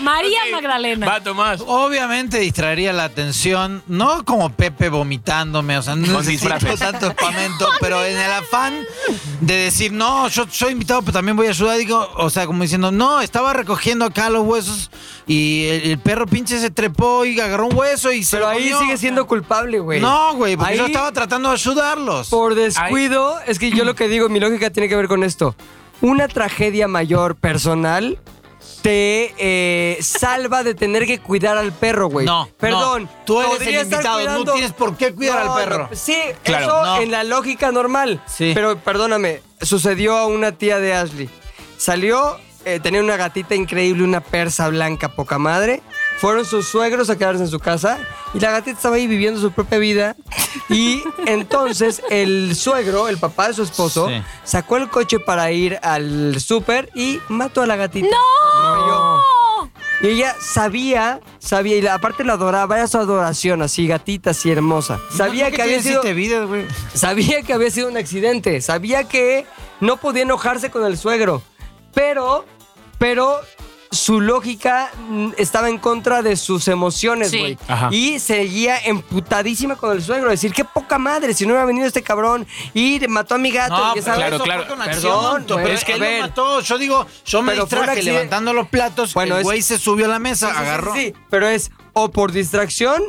María Ok, Magdalena. Va, Tomás. Obviamente distraería la atención, no como Pepe vomitándome, o sea, no Con necesito disfraces. tanto espamento, pero en el afán de decir, no, yo soy invitado, pero también voy a ayudar, digo, o sea, como diciendo, no, estaba recogiendo acá los huesos y el, el perro pinche se trepó y agarró un hueso y se Pero lo ahí comió. sigue siendo culpable, güey. No, güey, porque yo Ahí- estaba tratando de ayudarlos. Por descuido, es que yo lo que digo, mi lógica tiene que ver con esto. Una tragedia mayor personal te eh, salva de tener que cuidar al perro, güey. No, Perdón. no. Tú eres podría el estar invitado, no tienes por qué cuidar al perro. sí, Claro, eso no. en la lógica normal. Sí. Pero perdóname, sucedió a una tía de Ashley. Salió, eh, tenía una gatita increíble, una persa blanca, poca madre. Fueron sus suegros a quedarse en su casa y la gatita estaba ahí viviendo su propia vida. <laughs> Y entonces el suegro, el papá de su esposo, Sí. sacó el coche para ir al súper y mató a la gatita. ¡No! Y ella sabía, sabía, y la- aparte la adoraba, era su adoración, así gatita, así hermosa. Sabía que había sido vidas, güey. sabía que había sido un accidente, sabía que no podía enojarse con el suegro, pero, pero su lógica mm, estaba en contra de sus emociones, Sí. güey. Ajá. Y seguía emputadísima con el suegro, decir, qué poca madre, si no hubiera venido este cabrón y le mató a mi gato. No, pues, y ya sabes, claro, eso claro. fue con Perdón, acción, güey, pero es es que que a ver. él lo mató. Yo digo, yo me Pero fue un distraje accidente. levantando los platos. Bueno, es- el güey se subió a la Sí, mesa, sí, sí, agarró. sí, pero es o por distracción,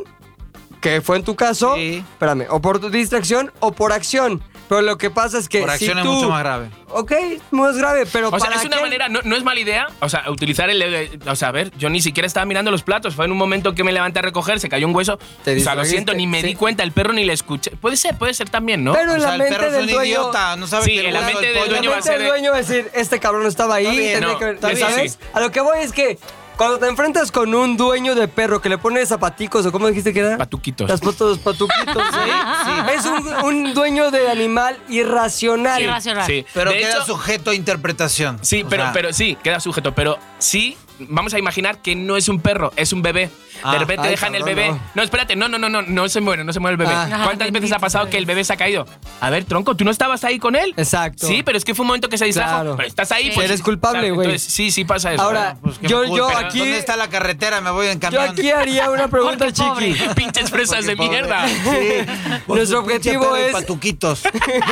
que fue en tu caso, Sí. espérame, o por tu distracción o por acción. Pero lo que pasa es que Por acción si es tú- mucho más grave. Ok, no es grave, pero O sea, ¿para es una qué? manera, no, no es mala idea. O sea, utilizar el. eh, O sea, a ver, yo ni siquiera estaba mirando los platos. Fue en un momento que me levanté a recoger, se cayó un hueso. Te o sea, lo distrajiste, siento, ni me sí. di cuenta, el perro ni le escuché. Puede ser, puede ser también, ¿no? Pero O en sea, la el mente perro es del un dueño. idiota, no sabe Sí, que el en la huevo mente del del pollo- dueño va a Obviamente ser el de- dueño va a decir, este cabrón estaba ahí, Está bien, tenía no, que ver- está bien. ¿sabes? Sí. A lo que voy es que cuando te enfrentas con un dueño de perro que le pone zapaticos o cómo dijiste que era? Patuquitos. Las fotos patuquitos, <laughs> sí, sí. Es un, un dueño de animal irracional. Irracional. Sí, Pero de queda hecho- sujeto a interpretación. Sí, O pero, sea, pero sí, queda sujeto. Pero sí, vamos a imaginar que no es un perro, es un bebé. Ah, de repente ay, dejan el cabrón, bebé. no. No. espérate, no, no, no, no, no se muere, no se muere el bebé. ¿Cuántas Ah. Ah, veces ha bendito pasado sea que el bebé se ha caído? A ver, tronco, tú no estabas ahí con él. Exacto. Sí, pero es que fue un momento que se distrajo. Claro. Pero estás ahí, Sí. pues. Eres culpable, güey. Entonces, Sí, sí pasa eso. Ahora, pues, qué yo, culpa. yo Pero aquí, ¿Dónde está la carretera? Me voy en yo camión. aquí haría una pregunta, Porque pobre. Chiqui. <laughs> Pinches fresas de Pobre. mierda. Sí. Por Nuestro su pinche objetivo perro y es- Patuquitos.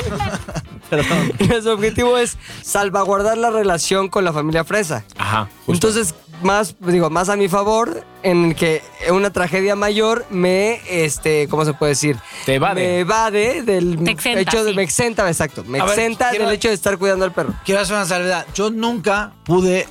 <laughs> Perdón. Nuestro objetivo es salvaguardar la relación con la familia fresa. Ajá. justo. Entonces, más, digo, más a mi favor, en que una tragedia mayor me, este, ¿cómo se puede decir? Te evade. Me evade del Te exenta, hecho de, sí. me exenta, exacto. Me A ver, exenta quiero- del hecho de estar cuidando al perro. Quiero hacer una salvedad. Yo nunca pude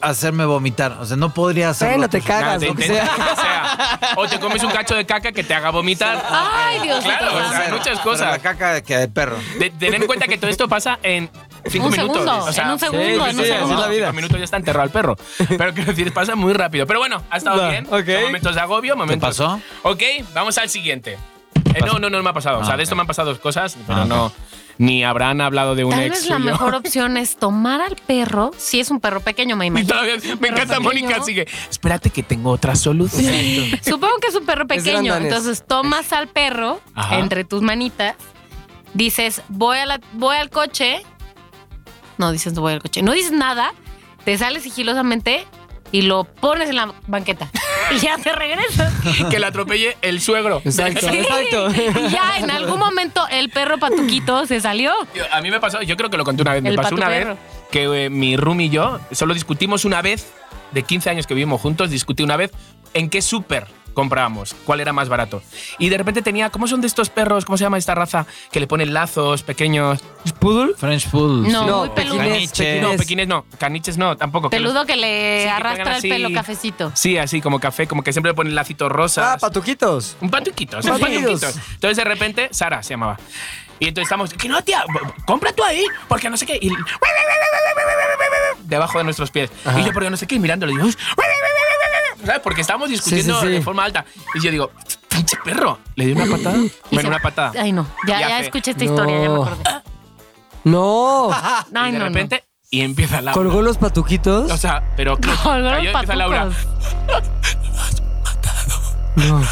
hacerme vomitar. O sea, no podría hacerlo. Bueno, te Nada, cagas. te lo que intentas sea. lo que sea. O te comes un cacho de caca que te haga vomitar. Ay, Dios mío. Claro, o sea, muchas Pero cosas. La caca que de perro. De- tener en cuenta que todo esto pasa en cinco Un minutos. segundo, o sea, en un segundo, cinco en un minutos, segundo. Así cinco es la vida. cinco minutos ya está enterrado el perro. Pero quiero decir, pasa muy rápido. Pero bueno, ha estado Va, bien. ok. Son momentos de agobio, momentos. pasó? Ok, vamos al siguiente. Eh, no, no, no, no me ha pasado. o sea, Ah, de esto ok. me han pasado dos cosas, pero Ah, ok. no. Ni habrán hablado de un Tal ex. vez la suyo. mejor opción es tomar al perro, si es un perro pequeño, me <laughs> Y imagino. todavía- me encanta pequeño. Mónica, sigue. Espérate que tengo otra solución. <laughs> Supongo que es un perro pequeño. grandanés. Entonces tomas al perro Ajá. entre tus manitas, dices, voy, a la- voy al coche. No dices, voy al coche. No dices nada, te sales sigilosamente y lo pones en la <laughs> banqueta. Y ya te regresas. que la atropelle el suegro. Exacto, exacto. Y ya en algún momento el perro patuquito se salió. Yo- A mí me pasó, yo creo que lo conté una vez, me El pasó pato una perro. vez que eh, mi room y yo solo discutimos una vez, de 15 años que vivimos juntos, discutí una vez en qué súper comprábamos, cuál era más barato. Y de repente tenía, ¿cómo son de estos perros? ¿Cómo se llama esta raza? Que le ponen lazos pequeños. ¿Poodle? French Poodle. No, sí. muy peludo. pequines, Caniche. No, pequines. pequines no, caniches no, tampoco. que Peludo que Sí, le que pegan arrastra así. el pelo cafecito. los- Sí, así como café, como que siempre le ponen lacitos rosas. Ah, patuquitos. Un patuquito, o sea, un Patuquitos. patuquito. Entonces de repente, Sara se llamaba. Y entonces estamos, que no, tía, b- b- compra tú ahí, porque no sé qué. Y debajo de nuestros pies. Y yo, porque no sé qué, y mirándolo, digo, ¿sabes? Porque estábamos discutiendo sí, sí. de forma alta. Y yo digo, pinche perro, le di una patada. Y Bueno, se- una patada. Ay, no. Ya, Ya ya sé. escuché esta historia, ya me No. acordé. No. Ay, y de no, no. repente, <laughs> y empieza la. Colgó los patuquitos. O sea, pero Colgó los cayó, empieza Laura. patucos. <laughs> No.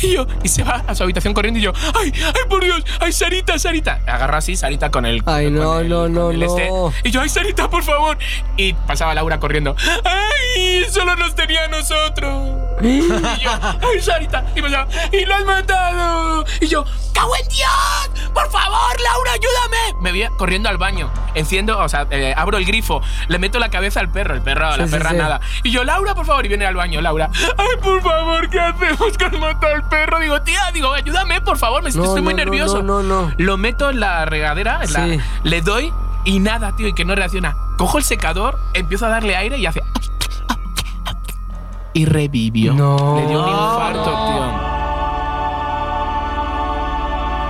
Y yo, y se va a su habitación corriendo y yo, ¡ay, ay, por Dios! ¡Ay, Sarita, Sarita! Agarra así, Sarita con el. Ay, con no, el- no, no, con el este. no. Y yo, ¡ay, Sarita, por favor! Y pasaba Laura corriendo, ¡ay, solo nos tenía a <laughs> nosotros! Y yo, ¡ay, Sarita! Y pasaba, ¡y lo has matado! Y yo, ¡cago en Dios! ¡Por favor, Laura, ayúdame! Me voy corriendo al baño, enciendo, o sea, eh, abro el grifo, le meto la cabeza al perro, el perro, la Sí, sí, perra sí. nada. Y yo, Laura, por favor, y viene al baño, Laura. Ay, por favor, ¿qué hacemos que has matado al perro? Digo, tía, digo, ayúdame, por favor, me No, estoy muy no, no, nervioso. no, no, no. Lo meto en la regadera, en la- Sí. le doy y nada, tío, y que no reacciona. Cojo el secador, empiezo a darle aire y hace. Y revivió. No. Le dio un infarto,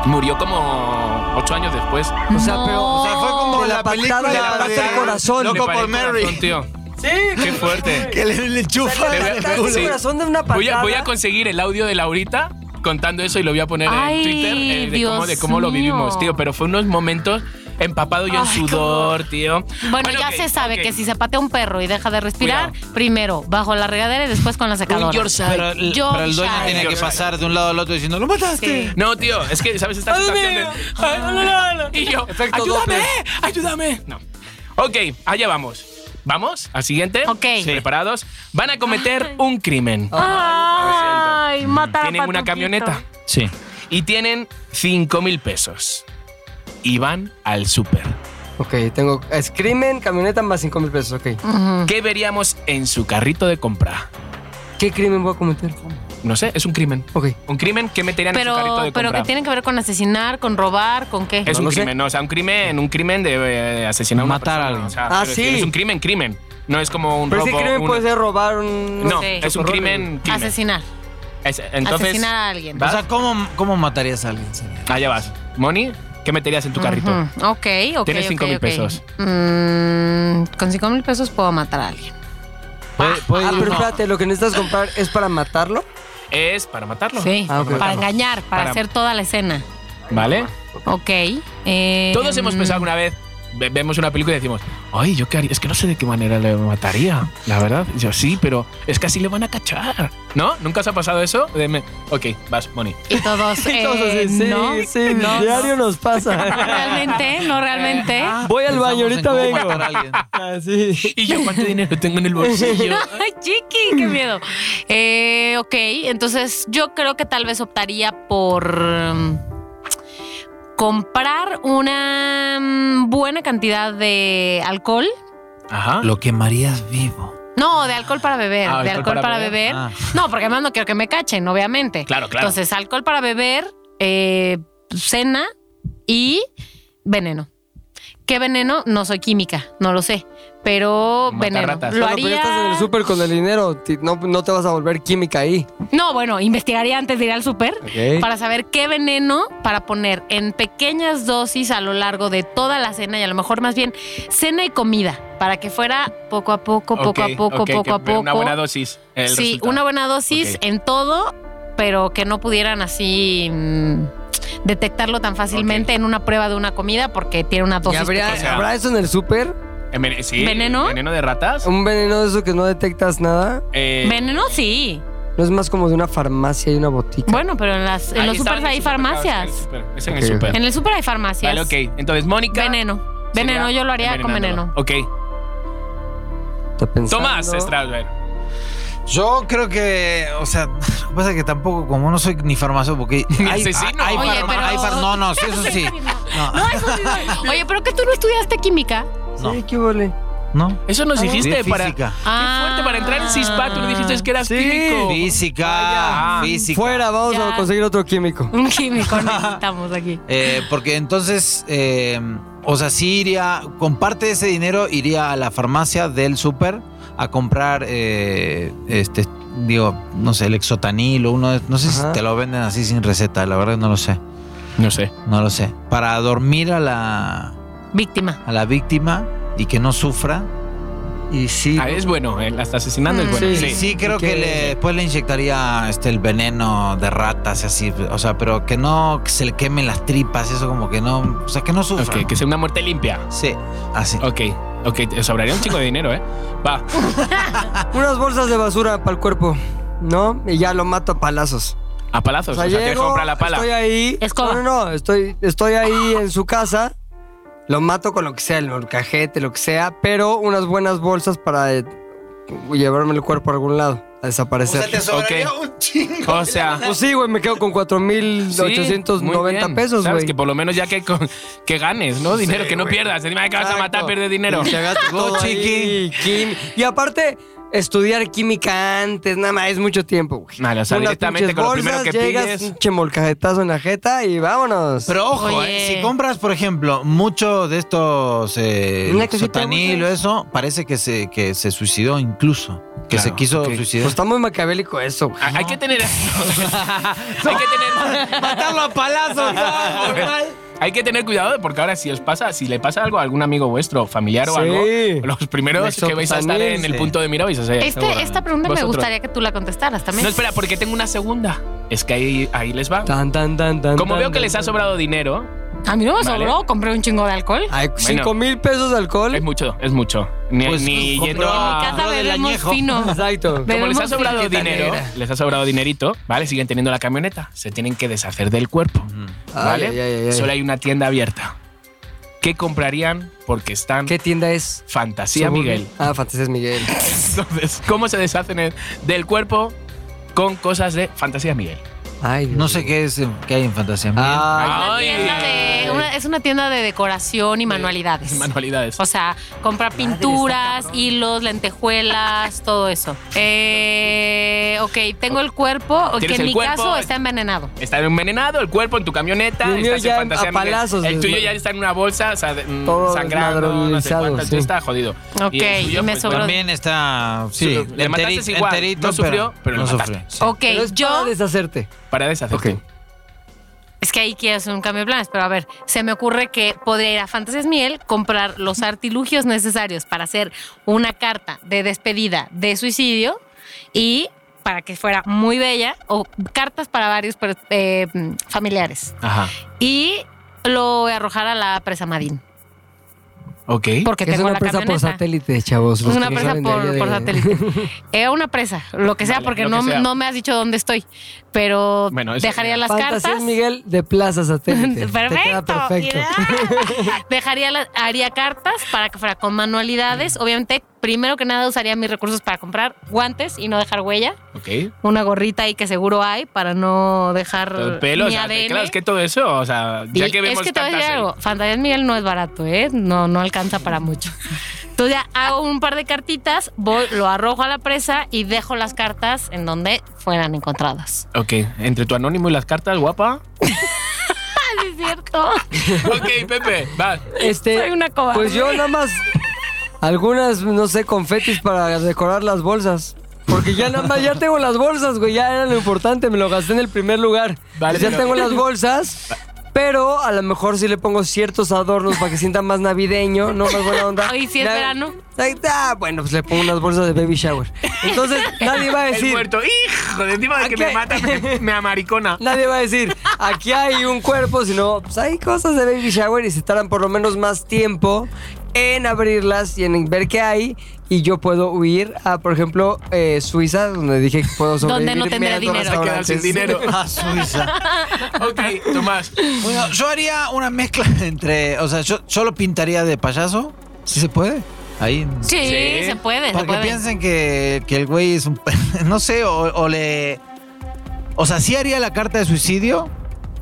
tío. Murió como ocho años después. O sea, pero. O sea, fue como De la la, patada película le parece el corazón. Loco Le paré por el corazón, Mary. tío. Sí. Qué <laughs> fuerte. <laughs> Que le, le chufa. Le voy a- Está el sí. corazón de una patada. Voy a, voy a conseguir el audio de Laurita contando eso y lo voy a poner en Ay, Twitter eh, de, cómo, Dios de cómo lo mío. vivimos, tío. Pero fue unos momentos empapado yo en Ay, sudor, tío. Bueno, ya ok, se sabe ok. que si se patea un perro y deja de respirar, primero bajo la regadera y después con la Un secadora. Yorkshire. Pero, el- Yo, pero el dueño Shai. tiene que Yo, Shai. pasar de un lado al otro diciendo, ¡lo mataste! Sí. No, tío, es que, ¿sabes? Esta sensación de... Ay, no, no, no, no. Y yo, Efecto ayúdame, Doppler. ayúdame. No. Ok, allá vamos. ¿Vamos? ¿Al siguiente? Ok. Sí. ¿Preparados? Van a cometer un crimen. Ay, mata Tienen una camioneta Sí. y tienen 5 mil pesos. Y van al súper. Ok, tengo. Es crimen, camioneta más 5 mil pesos, ok. ¿Qué veríamos en su carrito de compra? ¿Qué crimen voy a cometer? No sé, es un crimen. Ok. Un crimen que meterían en su carrito Pero, de pero compra. que tiene que ver con asesinar, con robar, con qué. Es No un lo sé. crimen, no, o sea, un crimen, un crimen de eh, asesinar a una Matar a persona, alguien. o sea, Ah, quiero decir, sí. Es un crimen, crimen. No es como un Pero robo. ese crimen un- puede ser robar un. Ah, No, sé. es un crimen. crimen. asesinar. Es- entonces, asesinar a alguien. ¿va? O sea, ¿cómo, cómo matarías a alguien? señor? Allá vas. Moni, ¿qué meterías en tu carrito? Ujú. Ok, ok. Tienes cinco ok, mil ok. pesos. Mm, con 5 mil pesos puedo matar a alguien. Puede- puede Ah, ir pero uno- espérate, lo que necesitas comprar es para matarlo. Es para matarlo. Sí. Ah, ok. Para engañar, para, Para- hacer toda la escena. ¿Vale? Ok. eh, Todos hemos pensado alguna vez, ve- vemos una película y decimos, ay, yo qué haría. Es que no sé de qué manera le mataría, la verdad. Y Yo sí, pero es que así le van a cachar. ¿No? ¿Nunca os ha pasado eso? De me- Ok, vas, Moni. Y <laughs> todos. eh, Entonces, sí, no, sí, no, <laughs> diario no. nos pasa. Realmente, no realmente. Ah, Voy al baño, pensamos en ahorita cómo vengo. matar a alguien. <laughs> Ah, sí. Y yo cuánto dinero tengo en el bolsillo. Ay, chiqui, qué miedo. Eh, ok, entonces yo creo que tal vez optaría por mm, comprar una mm, buena cantidad de alcohol. <laughs> Ajá. Lo quemarías vivo. No, de alcohol para beber, Ah, de alcohol para, beber. Ah. No, porque además no quiero que me cachen, obviamente. Claro, claro. Entonces, alcohol para beber, eh, cena y veneno. ¿Qué veneno? No soy química, no lo sé. Pero Matar veneno. ratas. Lo Bueno, pero ya haría. estás en el súper con el dinero. ti- No, no te vas a volver química ahí. No, bueno, investigaría antes de ir al súper Ok. para saber qué veneno para poner en pequeñas dosis a lo largo de toda la cena y a lo mejor más bien cena y comida para que fuera poco a poco, poco Ok, a poco, ok, poco a que- poco. Una buena dosis. el sí, resultado. una buena dosis Ok. en todo, pero que no pudieran así mm, detectarlo tan fácilmente en una prueba de una comida porque tiene una ¿Y dosis. habrá, o sea- habrá eso en el súper? Eh, vene- sí, ¿Veneno? ¿Veneno de ratas? ¿Un veneno de eso que no detectas nada? Eh, Veneno sí. No es más como de una farmacia y una botica. Bueno, pero en, las, en ahí los está, supers en el hay supermercado, farmacias. está en el super- Es en el Ok. súper. En el super hay farmacias. Vale, ok. Entonces, Mónica. Veneno. sería Veneno, yo lo haría con veneno. envenenándolo. Ok. Está pensando. Tomás Strasberg. Yo creo que, o sea, lo que pasa es que tampoco, como no soy <laughs> ni farmacéutico, porque Ni hay, asesino. hay- hay Oye, farma- pero- hay far- no, no, sí, eso sí. No, No, eso sí no. Oye, pero que tú no estudiaste química. no, Sí, qué vole. no. Eso nos Sí, dijiste para. física. Qué fuerte para Ah. entrar en CISPA. Tú dijiste que eras Sí. químico. Física, Vaya. física. Fuera, vamos Ya. a conseguir otro químico. Ah, Un químico necesitamos aquí. Eh, porque entonces, eh, o sea, sí iría, con parte de ese dinero iría a la farmacia del súper a comprar, eh, este, digo, no sé, el exotanil o uno de, no sé Ajá. si te lo venden así sin receta, la verdad no lo sé, No sé. no lo sé. Para dormir a la, Víctima. a la víctima y que no sufra. Y sí. Ah, es bueno, él hasta asesinando es Mm. bueno. y Sí, Sí, creo que- que le- después le inyectaría este, el veneno de ratas, así, o sea, pero que no se le quemen las tripas, eso como que no, o sea, que no sufra. Ok, que sea una muerte limpia. Sí, así. Ok, ok, te sobraría un chico de dinero, ¿eh? Va. Unas bolsas de basura para el cuerpo, ¿no? Y ya lo mato a palazos. A palazos. O sea, que llego, compra la pala. Estoy ahí. Escoba. No, no, no, Estoy, estoy ahí en su casa. Lo mato con lo que sea, el molcajete, lo que sea, pero unas buenas bolsas para eh, llevarme el cuerpo a algún lado, a desaparecer. sobraría un chingo. O sea. Pues sí, güey, me quedo con sí, muy 4,890 bien. pesos, Sabes güey. que por lo menos ya que, con- que ganes, ¿no? Dinero, que no pierdas. Encima de que vas a matar, Exacto. pierde dinero. <laughs> <laughs> Todo ahí, quim- Y aparte, estudiar química antes, nada más, es mucho tiempo, güey. Vale, o sea, Unas directamente pinches con lo primero bolsas, que llegas, pilles. pinche molcajetazo en la jeta y vámonos. Pero ojo, Oye. eh, si compras, por ejemplo, mucho de estos eh, Una cajita de sotanil o bolsas. eso, parece que se, que se suicidó incluso. Que Claro, se quiso ok. suicidar. pues está muy macabélico <laughs> eso, güey. Hay que <laughs> tener. hay que tener. matarlo a palazos. Hay que tener cuidado porque ahora si os pasa, si le pasa algo a algún amigo vuestro, familiar o Sí. algo, los primeros Eso que vais a estar también, en el sí. punto de mira vais a ser. Este, esta pregunta me Vosotros. gustaría que tú la contestaras también. No, espera, porque tengo una segunda. Es que ahí, ahí les va. Tan, tan, tan, tan, Como tan, veo que tan, les ha tan. sobrado dinero, A mí no me Vale. sobró, compré un chingo de alcohol. Ay, cinco mil pesos de alcohol. es mucho, es mucho. Ni, Pues, ni compró- yendo en mi a. casa Compró del bebemos <laughs> añejo. fino. <laughs> Exacto. Ve- Como les ha Bebemos sobrado frijita dinero, negra. les ha sobrado dinerito, ¿vale? Siguen teniendo la camioneta. Se tienen que deshacer del cuerpo, Ay, ¿vale? ay, ay, ay. Solo hay una tienda abierta. ¿Qué comprarían? Porque están ¿Qué tienda es? fantasía, Suburbia. Miguel. Ah, Fantasías Miguel. <laughs> Entonces, ¿cómo se deshacen el- del cuerpo con cosas de fantasía, <laughs> Miguel? Ay, No sé qué es, eh, qué hay en fantasía. Mía. Ah, Una Ay. tienda de- una- es una tienda de decoración y manualidades. Manualidades. O sea, comprar pinturas, hilos, lentejuelas, todo eso. Eh, ok, tengo el cuerpo, que Tienes en el mi cuerpo. caso está envenenado. Está envenenado el cuerpo en tu camioneta. El mío estás en ya fantasía, a Miguel. palazos, El tuyo desmadre. ya está en una bolsa, o sea, de- mm, Todo sangrando, no sé desmadronizado, cuánto, sí. entonces está jodido. Ok, Y el tuyo, y me pues, sobró- bueno, También está. Sí, Sí, lo- le mataste enteri- igual. enterito, No sufrió, pero lo no mataste. sufrió. sí. Ok, Pero es para yo. deshacerte. Para deshacerte. Ok. Es que ahí quiero hacer un cambio de planes, pero a ver, se me ocurre que podría ir a Fantasías Miel, comprar los artilugios necesarios para hacer una carta de despedida de suicidio y para que fuera muy bella, o cartas para varios per- eh, familiares. Ajá. Y lo voy a arrojar a la presa Madín, Ok. porque es tengo una la presa por camioneta. satélite, chavos. los Es una que no presa saben de allá por, de- por satélite. <laughs> Eh, una presa, lo que sea, Vale, porque lo no, que sea. no me has dicho dónde estoy. Pero Bueno, eso- dejaría las Fantasías cartas. Miguel de <laughs> Plaza Satélite. Te queda Perfecto. perfecto. ideal. Dejaría la- haría cartas para que fuera con manualidades. Obviamente, primero que nada usaría mis recursos para comprar guantes y no dejar huella. Ok. Una gorrita ahí que seguro hay para no dejar Todo el pelo, o mi sea, ADN. claro, es que todo eso, o sea, ya Y que vemos es que te voy a decir tantas- algo, Fantasías Miguel no es barato, ¿eh? No, no alcanza para mucho. Entonces ya hago un par de cartitas, voy, lo arrojo a la presa y dejo las cartas en donde fueran encontradas. Ah, Ok, entre tu anónimo y las cartas, guapa. Sí, cierto. <laughs> Ok, Pepe, va. Este, Soy una cobarde. Pues yo nada más algunas, no sé, confetis para decorar las bolsas. Porque ya nada más, ya tengo las bolsas, güey. Ya era lo importante, me lo gasté en el primer lugar. Vale, ya pero- tengo las bolsas. Pero a lo mejor sí le pongo ciertos adornos para que sienta más navideño, no más buena onda. Oye, ¿sí es Na- verano? Ay, Ah, bueno, pues le pongo unas bolsas de baby shower. <laughs> Entonces, nadie va a El decir. muerto. Hijo de encima de que Aquí me hay- mata, me, me amaricona. Nadie va a decir, aquí hay un cuerpo, sino pues hay cosas de baby shower y se tardan por lo menos más tiempo en abrirlas y en ver qué hay. Y yo puedo huir a, por ejemplo, eh, Suiza, donde dije que puedo sobrevivir. Donde no tendré mirando dinero. A quedar sin restaurantes. dinero. A Ah, Suiza. Ok, Tomás. Bueno, yo haría una mezcla <laughs> entre. O sea, yo, yo lo pintaría de payaso, si se puede. Ahí. en- Sí, Sí. se puede, se Para que puede. piensen que, que el güey es un. <laughs> pe- No sé, o, o le. O sea, sí haría la carta de suicidio.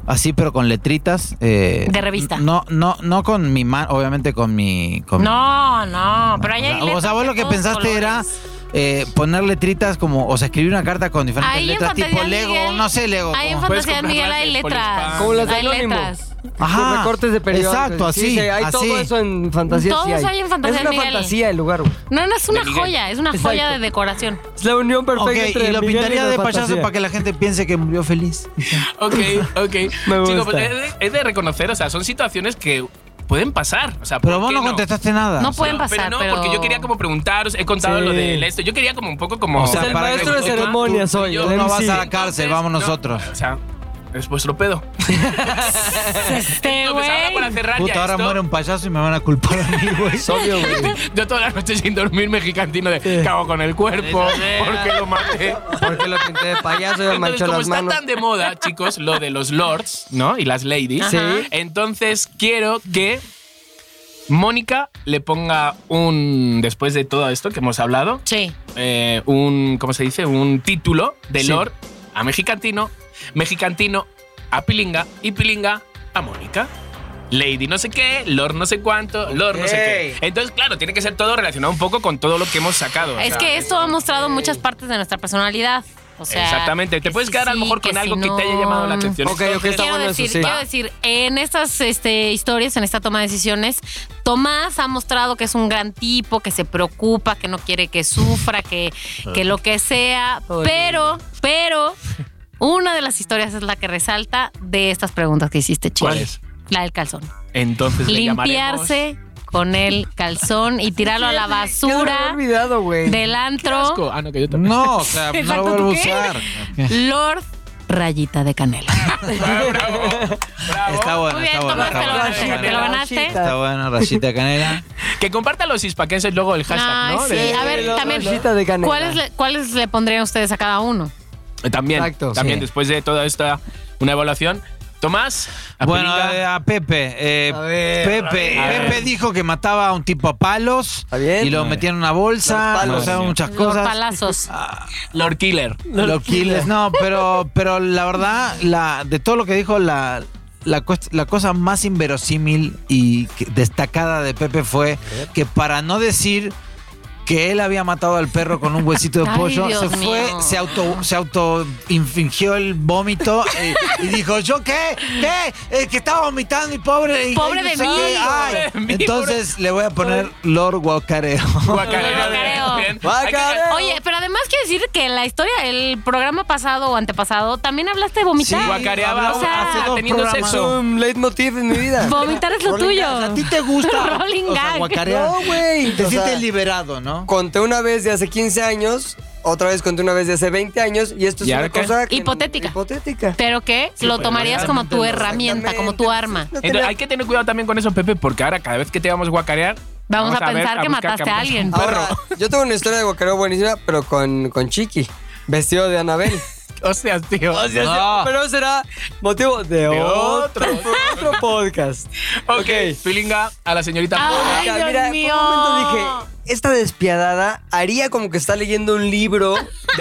Así, pero con letritas. eh, De revista. No, no, no con mi mano, obviamente con mi. con- No, no, pero ahí hay o sea, o sea, vos lo que pensaste era eh, poner letritas como. O sea, escribir una carta con diferentes Ahí en letras, tipo Fantasía Lego, Miguel- no sé, Lego. Ahí en como- Puedes Fantasía de comprar Miguel hay las de letras. Polispán. Como las de hay Anónimo. letras. Con recortes de periódicos. Exacto, así. Sí, sí, hay así. todo eso en fantasía. sí Todos hay en Fantasía Es una de Miguel. fantasía el lugar. güey. No, no, es una Miguel. joya, es una Exacto. joya de decoración. Es la unión perfecta Ok, entre y lo Miguel pintaría la de payaso fantasía. para que la gente piense que murió feliz. Ok, <laughs> ok. Me Chicos, gusta. pues, es de- es de reconocer, o sea, son situaciones que pueden pasar. O sea, ¿por Pero vos qué no contestaste nada. No O sea, pueden Pero pasar, no, pero- porque yo quería como preguntaros, he contado Sí. lo del esto. Yo quería como un poco como. O sea, el para que- maestro de tú- ceremonias tú- hoy. yo- el Tú no vas MC. a la cárcel, Entonces, vamos no, nosotros. o sea, es vuestro pedo. Este <laughs> No, pues ahora güey. para cerrar Puta, ya ahora esto, muere un payaso y me van a culpar a mí, güey. Es obvio, güey. Yo toda la noche sin dormir mexicantino de cago con el cuerpo, porque lo maté. <laughs> Porque lo pinté de payaso y me Entonces, manchó como las está manos. tan de moda, chicos, lo de los lords, ¿no? Y las ladies. Sí. Entonces quiero que Mónica le ponga un, después de todo esto que hemos hablado, Sí. eh, un, ¿cómo se dice? Un título de Sí. lord a Mexicantino, Mexicantino a Pilinga y Pilinga a Mónica. Lady no sé qué, Lord no sé cuánto, Lord no sé qué. Entonces, claro, tiene que ser todo relacionado un poco con todo lo que hemos sacado. o Es sea, que esto ha mostrado muchas partes de nuestra personalidad. O sea, Exactamente. que Te puedes si quedar a lo sí, mejor con si algo que no. te haya llamado la atención. Ok, ok, está Quiero bueno eso, decir, sí. quiero decir, en estas este, historias, en esta toma de decisiones, Tomás ha mostrado que es un gran tipo, que se preocupa, que no quiere que sufra, que, que lo que sea. Todo el Pero, pero, una de las historias es la que resalta de estas preguntas que hiciste, chicos. ¿Cuál es? La del calzón. Entonces le llamaremos. Limpiarse con el calzón y tirarlo a la Ya se me había basura olvidado, güey. del antro. Asco. Ah, no, que yo también. No, o sea, no lo Exacto, vuelvo a ¿tú qué? usar. Lord Rayita de Canela. <laughs> Bravo, bravo, bravo. Está bueno, Muy bien, está bueno. Tomás, Está te lo bueno, ganaste. está Te lo bueno. ganaste. Está bueno, rayita canela. Que compartan los hispaquenses luego el hashtag, Ay, ¿no? sí. De- A ver, Lord también, Rayita de Canela. ¿cuáles le, cuáles le pondrían ustedes a cada uno? Eh, También, Exacto. también Sí. después de toda esta una evaluación. Tomás, a Bueno, eh, Pilinga. a, a Pepe. eh, A ver, Pepe, a ver. Pepe dijo que mataba a un tipo a palos Está bien. y lo Madre. metían en una bolsa. Los palos. o sea, muchas Los cosas. palazos. Lord Killer. Los Killers, no, pero, pero la verdad, la, de todo lo que dijo, la, la, cuest- la cosa más inverosímil y que- destacada de Pepe fue que para no decir que él había matado al perro con un huesito <laughs> de Ay, pollo, Dios se fue, mío. se auto se autoinfingió el vómito eh, y, dijo, ¿yo qué? ¿Qué? Eh, que estaba vomitando y pobre. y- Pobre y- de sí, mí. ay". Pobre de mí, Entonces le voy a poner Lord Guacareo. Guacareo. Guacareo. Bien. Guacareo. Oye, pero además quiero decir que la historia, el programa pasado o antepasado, también hablaste de vomitar. Sí, guacareaba hablamos o sea, hace dos teniendo programas. Es sexo. un leitmotiv en <laughs> mi vida. Vomitar es lo Rolling tuyo. Gas, ¿A ti te gusta? <laughs> Rolling o sea, Gag. guacarear. No, güey. Te O sea, sientes liberado, ¿no? Conté una vez de hace 15 años, otra vez conté una vez de hace 20 años, y esto es ¿Y ahora una qué? cosa que- Hipotética. hipotética. Pero que lo pues, tomarías como tu Exactamente, herramienta, como tu arma. No tenía- Entonces, hay que tener cuidado también con eso, Pepe, porque ahora cada vez que te vamos a guacarear, Vamos, a, ver, pensar que buscar mataste a mataste alguien. un perro. <laughs> Ahora, yo tengo una historia de guacareo buenísima, pero con, con Chiqui, vestido de <laughs> Anabel. Hostias, tío. No. Pero será motivo de, otro. otro, otro podcast. Ok, Pilinga a la señorita. <laughs> Ay, Mónica, Dios mira, mío. por un momento dije, esta despiadada haría como que está leyendo un libro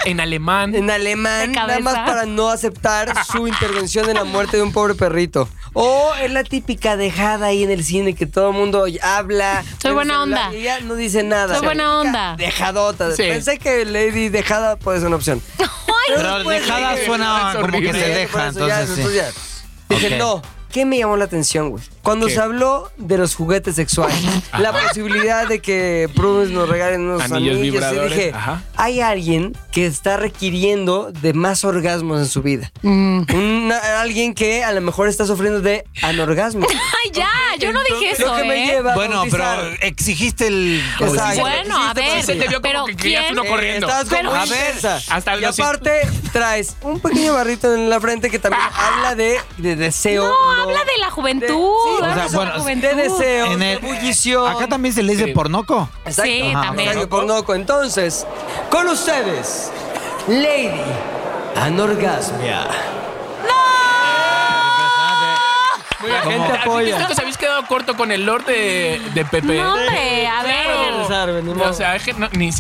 En alemán. en De alemán, nada cabeza. más para no aceptar su intervención en la muerte de un pobre perrito. O es la típica dejada ahí en el cine que todo el mundo habla. Soy en el buena celular, onda. Y ella no dice nada. Soy buena Típica onda. Dejadota. Sí. Pensé que Lady dejada puede ser una opción. Pero después dejada dije, suena es como que ¿eh? horrible. se Sí, por deja, eso ya, entonces sí. entonces ya. Dije, Ok. no, ¿Qué me llamó la atención, güey? Cuando ¿Qué? se habló de los juguetes sexuales, la posibilidad de que Prudence nos regalen unos Anillos anillos, vibradores, y dije, ajá. hay alguien que está requiriendo de más orgasmos en su vida. Mm. Una- alguien que a lo mejor está sufriendo de anorgasmo. <laughs> Ay, ya, yo no dije Lo eso, que me ¿eh? lleva a Bueno, pero bautizar. exigiste el. Exacto. Bueno, a Hiciste ver, Se te vio pero como que querías ¿quién? uno corriendo. Estás Pero- Eh, como A a ver, hasta y los- aparte traes un pequeño barrito en la frente <laughs> que también habla de, de deseo. No, habla de la De- juventud. sí, habla o sea, de la bueno, juventud. de deseo, En de el- bullición. Acá también se le dice Sí. pornoco. Exacto. Sí, Ajá, también. Exacto, pornoco. Entonces, con ustedes, Lady Anorgasmia. Muy bien, gente, Así apoya. que Creo que os habéis quedado corto con el lord de, de Pepe. No, hombre, a ver. Claro. ni modo. O sea, es que no, ni.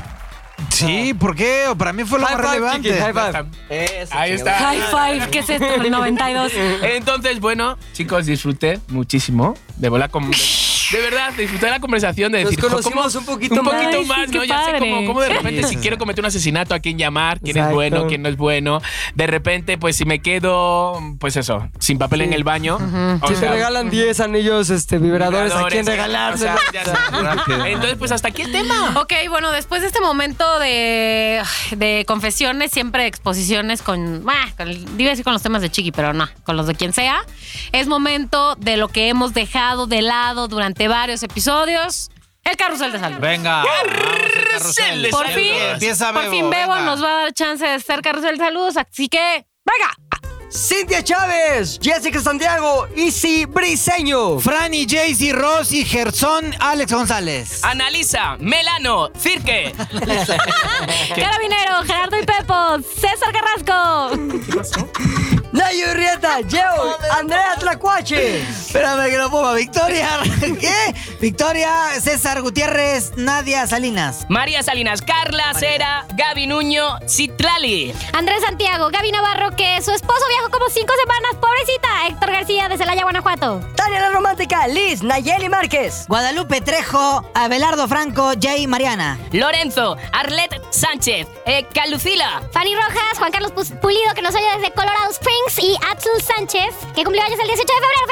Sí, ¿por qué? Para mí fue lo High más five, relevante. chiquis, high five. Ahí está. High five, ¿qué es esto? El 92. Entonces, bueno, chicos, disfruté muchísimo de volar con. De verdad, disfruté la conversación de Nos decir. conocimos ¿cómo- un poquito Un poquito más. más, Ay, sí, ¿no? qué Ya sé padre. cómo, cómo de repente Sí, si sí, quiero sí. cometer un asesinato, a quién llamar, quién es Exacto. bueno, quién no es bueno. De repente, pues si me quedo, pues eso, sin papel en el baño. o Si te sea, regalan 10 anillos este, vibradores, ¿a quién vibradores, eh. regalarse? o sea, ya <laughs> sé. Entonces, pues hasta aquí el tema. Ok, bueno, después de este momento de, de confesiones, siempre de exposiciones con, bah, con el- iba a decir con los temas de Chiqui, pero no, con los de quien sea, es momento de lo que hemos dejado de lado durante varios episodios, el carrusel de salud. Venga. carrusel. Por fin, Empieza por Bebo, fin Bebo venga. nos va a dar chance de hacer carrusel de saludos, así que, venga. Cintia Chávez, Jessica Santiago, Isi Briseño. Franny, Jaycee, Rosy, Gerson, Alex González. Analiza, Melano, <laughs> Cirque. Carabinero, Gerardo y Pepo, César Carrasco. Nayo Urrieta, Yeo, Andrea Tlacuache. Espérame que lo <laughs> ponga. Victoria. ¿Qué? Victoria, César Gutiérrez, Nadia Salinas. María Salinas, Carla Cera, Gaby Nuño, Citlali. Andrés Santiago, Gaby Navarro, que su esposo viajó como cinco semanas, pobrecita. Héctor García de Celaya, Guanajuato. Tania la Romántica, Liz, Nayeli Márquez. Guadalupe Trejo, Abelardo Franco, Jay Mariana. Lorenzo, Arlet Sánchez, eh, Calucila, Fanny Rojas, Juan Carlos Pus- Pulido, que nos oye desde Colorado Springs. Y Axel Sánchez, que cumplió años el 18 de febrero.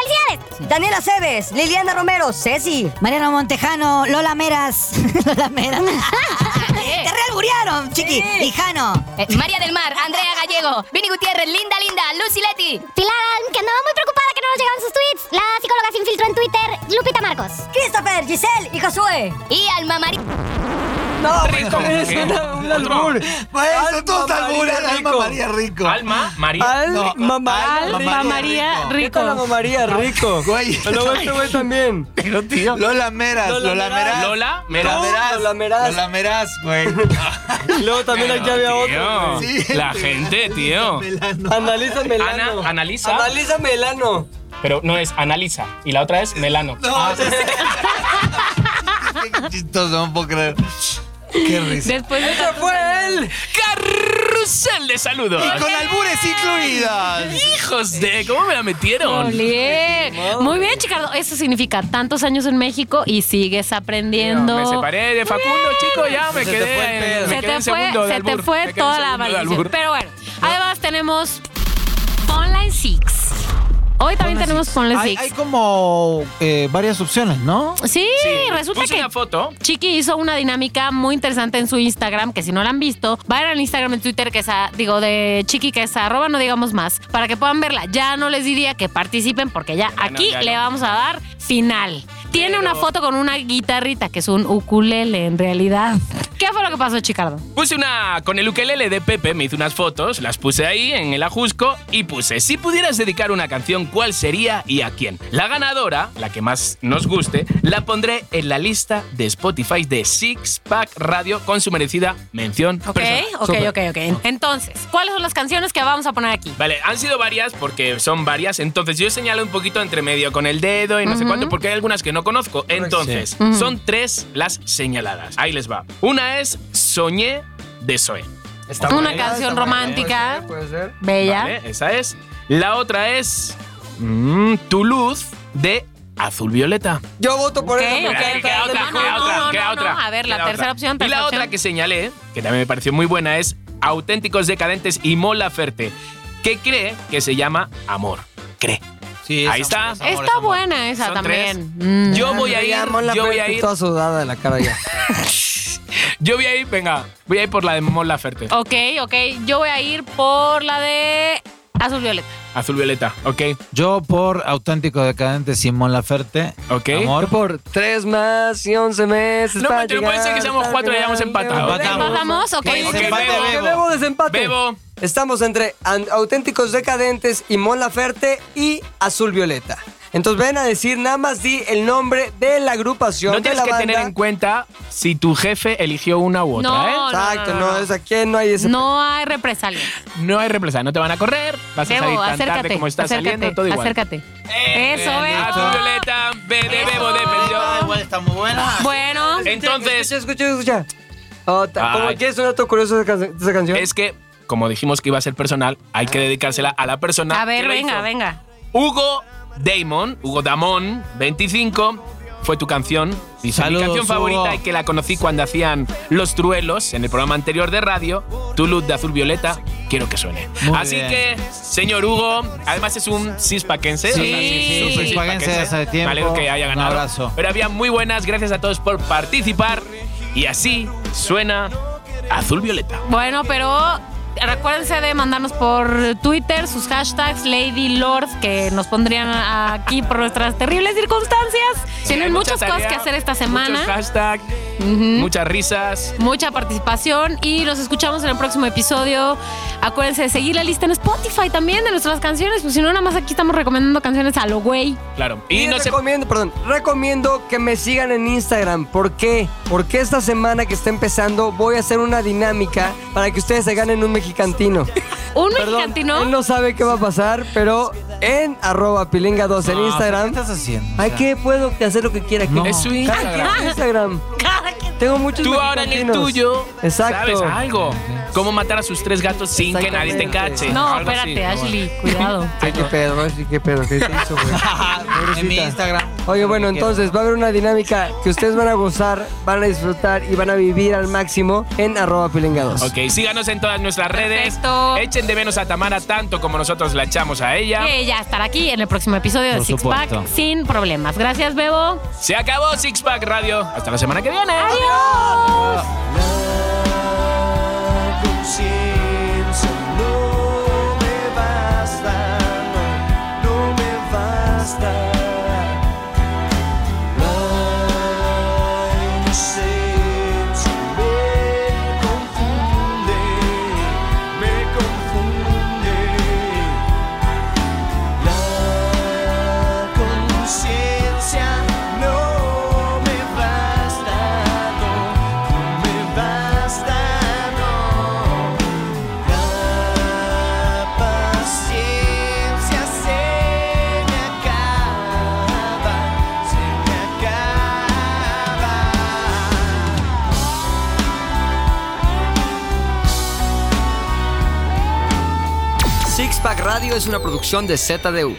¡Felicidades! Daniela Cebes, Liliana Romero, Ceci. Mariano Montejano, Lola Meras. <laughs> <laughs> Lola Meras. Te realguriaron, chiqui. Lijano. Eh, María del Mar, Andrea Gallego, Vini Gutiérrez, Linda Linda, Lucy Leti. Pilar, Alm, que andaba muy preocupada que no nos llegaban sus tweets. La psicóloga se infiltró en Twitter, Lupita Marcos. Christopher, Giselle y Josué. Y Alma María. No, pues, Rico. es una, un albur. Maestro, todos Alma albures, María Alma Rico. María Rico. Alma, María. Alma María Alma Rico. Alma María ¿Qué tal Alma Rico. María <laughs> Rico? Güey. Lo este güey también. Lola Meras, Lola Lola Meras. Lola, Lola Meraz. Meras. Lola Meras. Lola Meras, güey. <laughs> Y luego también aquí había otro. Tío, La gente, <laughs> tío. Analiza Melano. Ana- analiza. Analiza Melano. Pero no es analiza y la otra es melano. No, ya sé. Qué chistoso, no puedo creer. Qué risa. Después de ¡Ese fue él! Carrusel de saludos. Con albures incluidas. Hijos de, ¿cómo me la metieron? Olé. Muy bien, Chicardo. Eso significa tantos años en México y sigues aprendiendo. Me separé de Facundo, chico, ya me Se te fue el quedé. pedo. me se quedé te en fue, segundo de se te albur. Me fue quedé en toda la segundo de maldición. albur. Pero bueno, además tenemos Online Six. Hoy también tenemos Online Hay, Six. hay como eh, varias opciones, ¿no? Sí, Sí, resulta puse que una foto. Chiqui hizo una dinámica muy interesante en su Instagram, que si no la han visto, vayan al Instagram en Twitter, que es a- digo, de Chiqui, que es arroba no digamos más, para que puedan verla. Ya no les diría que participen porque ya, Ya no, aquí ya le no. vamos a dar final. Tiene Pero- una foto con una guitarrita, que es un ukulele en realidad. <laughs> ¿Qué fue lo que pasó, Chicardo? Puse una con el ukelele de Pepe, me hice unas fotos, las puse ahí en el ajusco y puse, si pudieras dedicar una canción, ¿cuál sería y a quién? La ganadora, la que más nos guste, la pondré en la lista de Spotify de Six Pack Radio con su merecida mención. Ok, personal. ok, ok, ok. Entonces, ¿cuáles son las canciones que vamos a poner aquí? Vale, han sido varias porque son varias, entonces yo señalo un poquito entre medio con el dedo y no sé cuánto, porque hay algunas que no conozco. Entonces, son tres las señaladas. Ahí les va. Una es Soñé de Zoe. Está Una buena, canción está buena. romántica. Puede ser, puede ser. Bella. Vale, esa es. La otra es mm, Tu luz de Azul Violeta. Yo voto por Ok, eso. ok, porque ok, es la ok, mejor. no, no, no, ¿Qué no, otra? no. A ver, ¿Qué la tercera opción, Y tercera la otra opción. que señalé, que también me pareció muy buena, es Auténticos Decadentes y Mola Ferte, que cree que se llama Amor. Cree. Sí, Ahí es está. amor, es amor, Está es amor. buena esa Son también. Mm. Yo voy a ir, Ya, Mon yo voy a Laferte, ir, Toda sudada de la cara ya. yo voy a ir, venga, voy a ir por la de Mon Laferte. Ok, ok. Yo voy a ir por la de Azul Violeta. Azul Violeta, ok, Yo por auténtico decadente Simón Laferte. ok. Amor por. Tres más y once meses. No, para manches, no puede ser que llegar seamos hasta cuatro y el hayamos final. empatado. Empatamos. ¿Empatamos? Ok. Bueno, ok. Desempate, Bebo. Que Bebo desempate. Bebo, Estamos entre an- auténticos decadentes y Mon Laferte y Azul Violeta. Entonces ven a decir, nada más di el nombre de la agrupación no de tienes la que banda. tener en cuenta si tu jefe eligió una u otra, No, ¿eh? no, Exacto, no, no, no, no. es aquí no hay ese... No hay represalia. No hay represa, no te van a correr, vas a salir Bebo, tan acércate. tarde como estás acércate, saliendo, todo igual. acércate. Eso, Eh, Azul Bebo. Violeta, B de Bebo, de Ah, Pello. igual está muy buena. Ah, Bueno, Entonces, Escucha, escucha, escucha. Oh, ta- ¿Cómo Ay. quieres un dato curioso de, esa can- de esa canción? es que, como dijimos que iba a ser personal, hay que dedicársela a la persona. Ah. a ver, que lo venga, hizo. venga. Hugo Damon, Hugo Damon, 25, fue tu canción. Dice, Saludos, mi canción favorita Hugo. y que la conocí cuando hacían Los Truelos en el programa anterior de radio, Tu Luz de Azul Violeta, quiero que suene. Muy Así bien. que, señor Hugo, además es un cispaquense. Sí, sí, es un sí, cispaquense de hace tiempo. Me alegro que haya Un ganado. abrazo. Pero había muy buenas, gracias a todos por participar. Y así suena Azul Violeta. Bueno, pero recuérdense de mandarnos por Twitter sus hashtags Lady Lord que nos pondrían aquí por nuestras terribles circunstancias. Tienen Hay mucha muchas cosas tarea, que hacer esta Muchos semana, Mm. hashtags, muchas risas. mucha participación y nos escuchamos en el próximo episodio. Acuérdense de seguir la lista en Spotify también de nuestras canciones, pues si no, nada más aquí estamos recomendando canciones a lo güey. Claro. Y, Y no se recomiendo, perdón, recomiendo que me sigan en Instagram. ¿Por qué? Porque esta semana que está empezando voy a hacer una dinámica para que ustedes se ganen un mexicantino. Un Perdón, mexicantino. <laughs> él no sabe qué va a pasar, pero en arroba pilinga2 en No, Instagram. ¿Qué estás haciendo? Ay, que puedo hacer lo que quiera aquí. No. Es su Cada quien Instagram. en Instagram. Tengo muchos Tú ahora en el tuyo mexicantinos. Exacto. sabes algo. Cómo matar a sus tres gatos sin que nadie te Exactamente. cache. No, Algo así. espérate, Ashley, cuidado. Ay, qué pedo, ay, qué pedo, <laughs> qué te hizo, güey. en mi Pobrecita. Instagram. Oye, bueno, entonces va a haber una dinámica que ustedes van a gozar, van a disfrutar y van a vivir al máximo en arroba pilingados. Ok, síganos en todas nuestras redes. Perfecto. Echen de menos a Tamara tanto como nosotros la echamos a ella. Que ya estará aquí en el próximo episodio de Por Six supuesto. Pack sin problemas. Gracias, Bebo. Se acabó Six Pack Radio. Hasta la semana que viene. Adiós. La conciencia no me basta, no, no me basta. La inocencia me confunde, me confunde. La conciencia no me basta, no, no me basta, no. La paciencia se me acaba, se me acaba. Six Pack Radio es una producción de ZDU.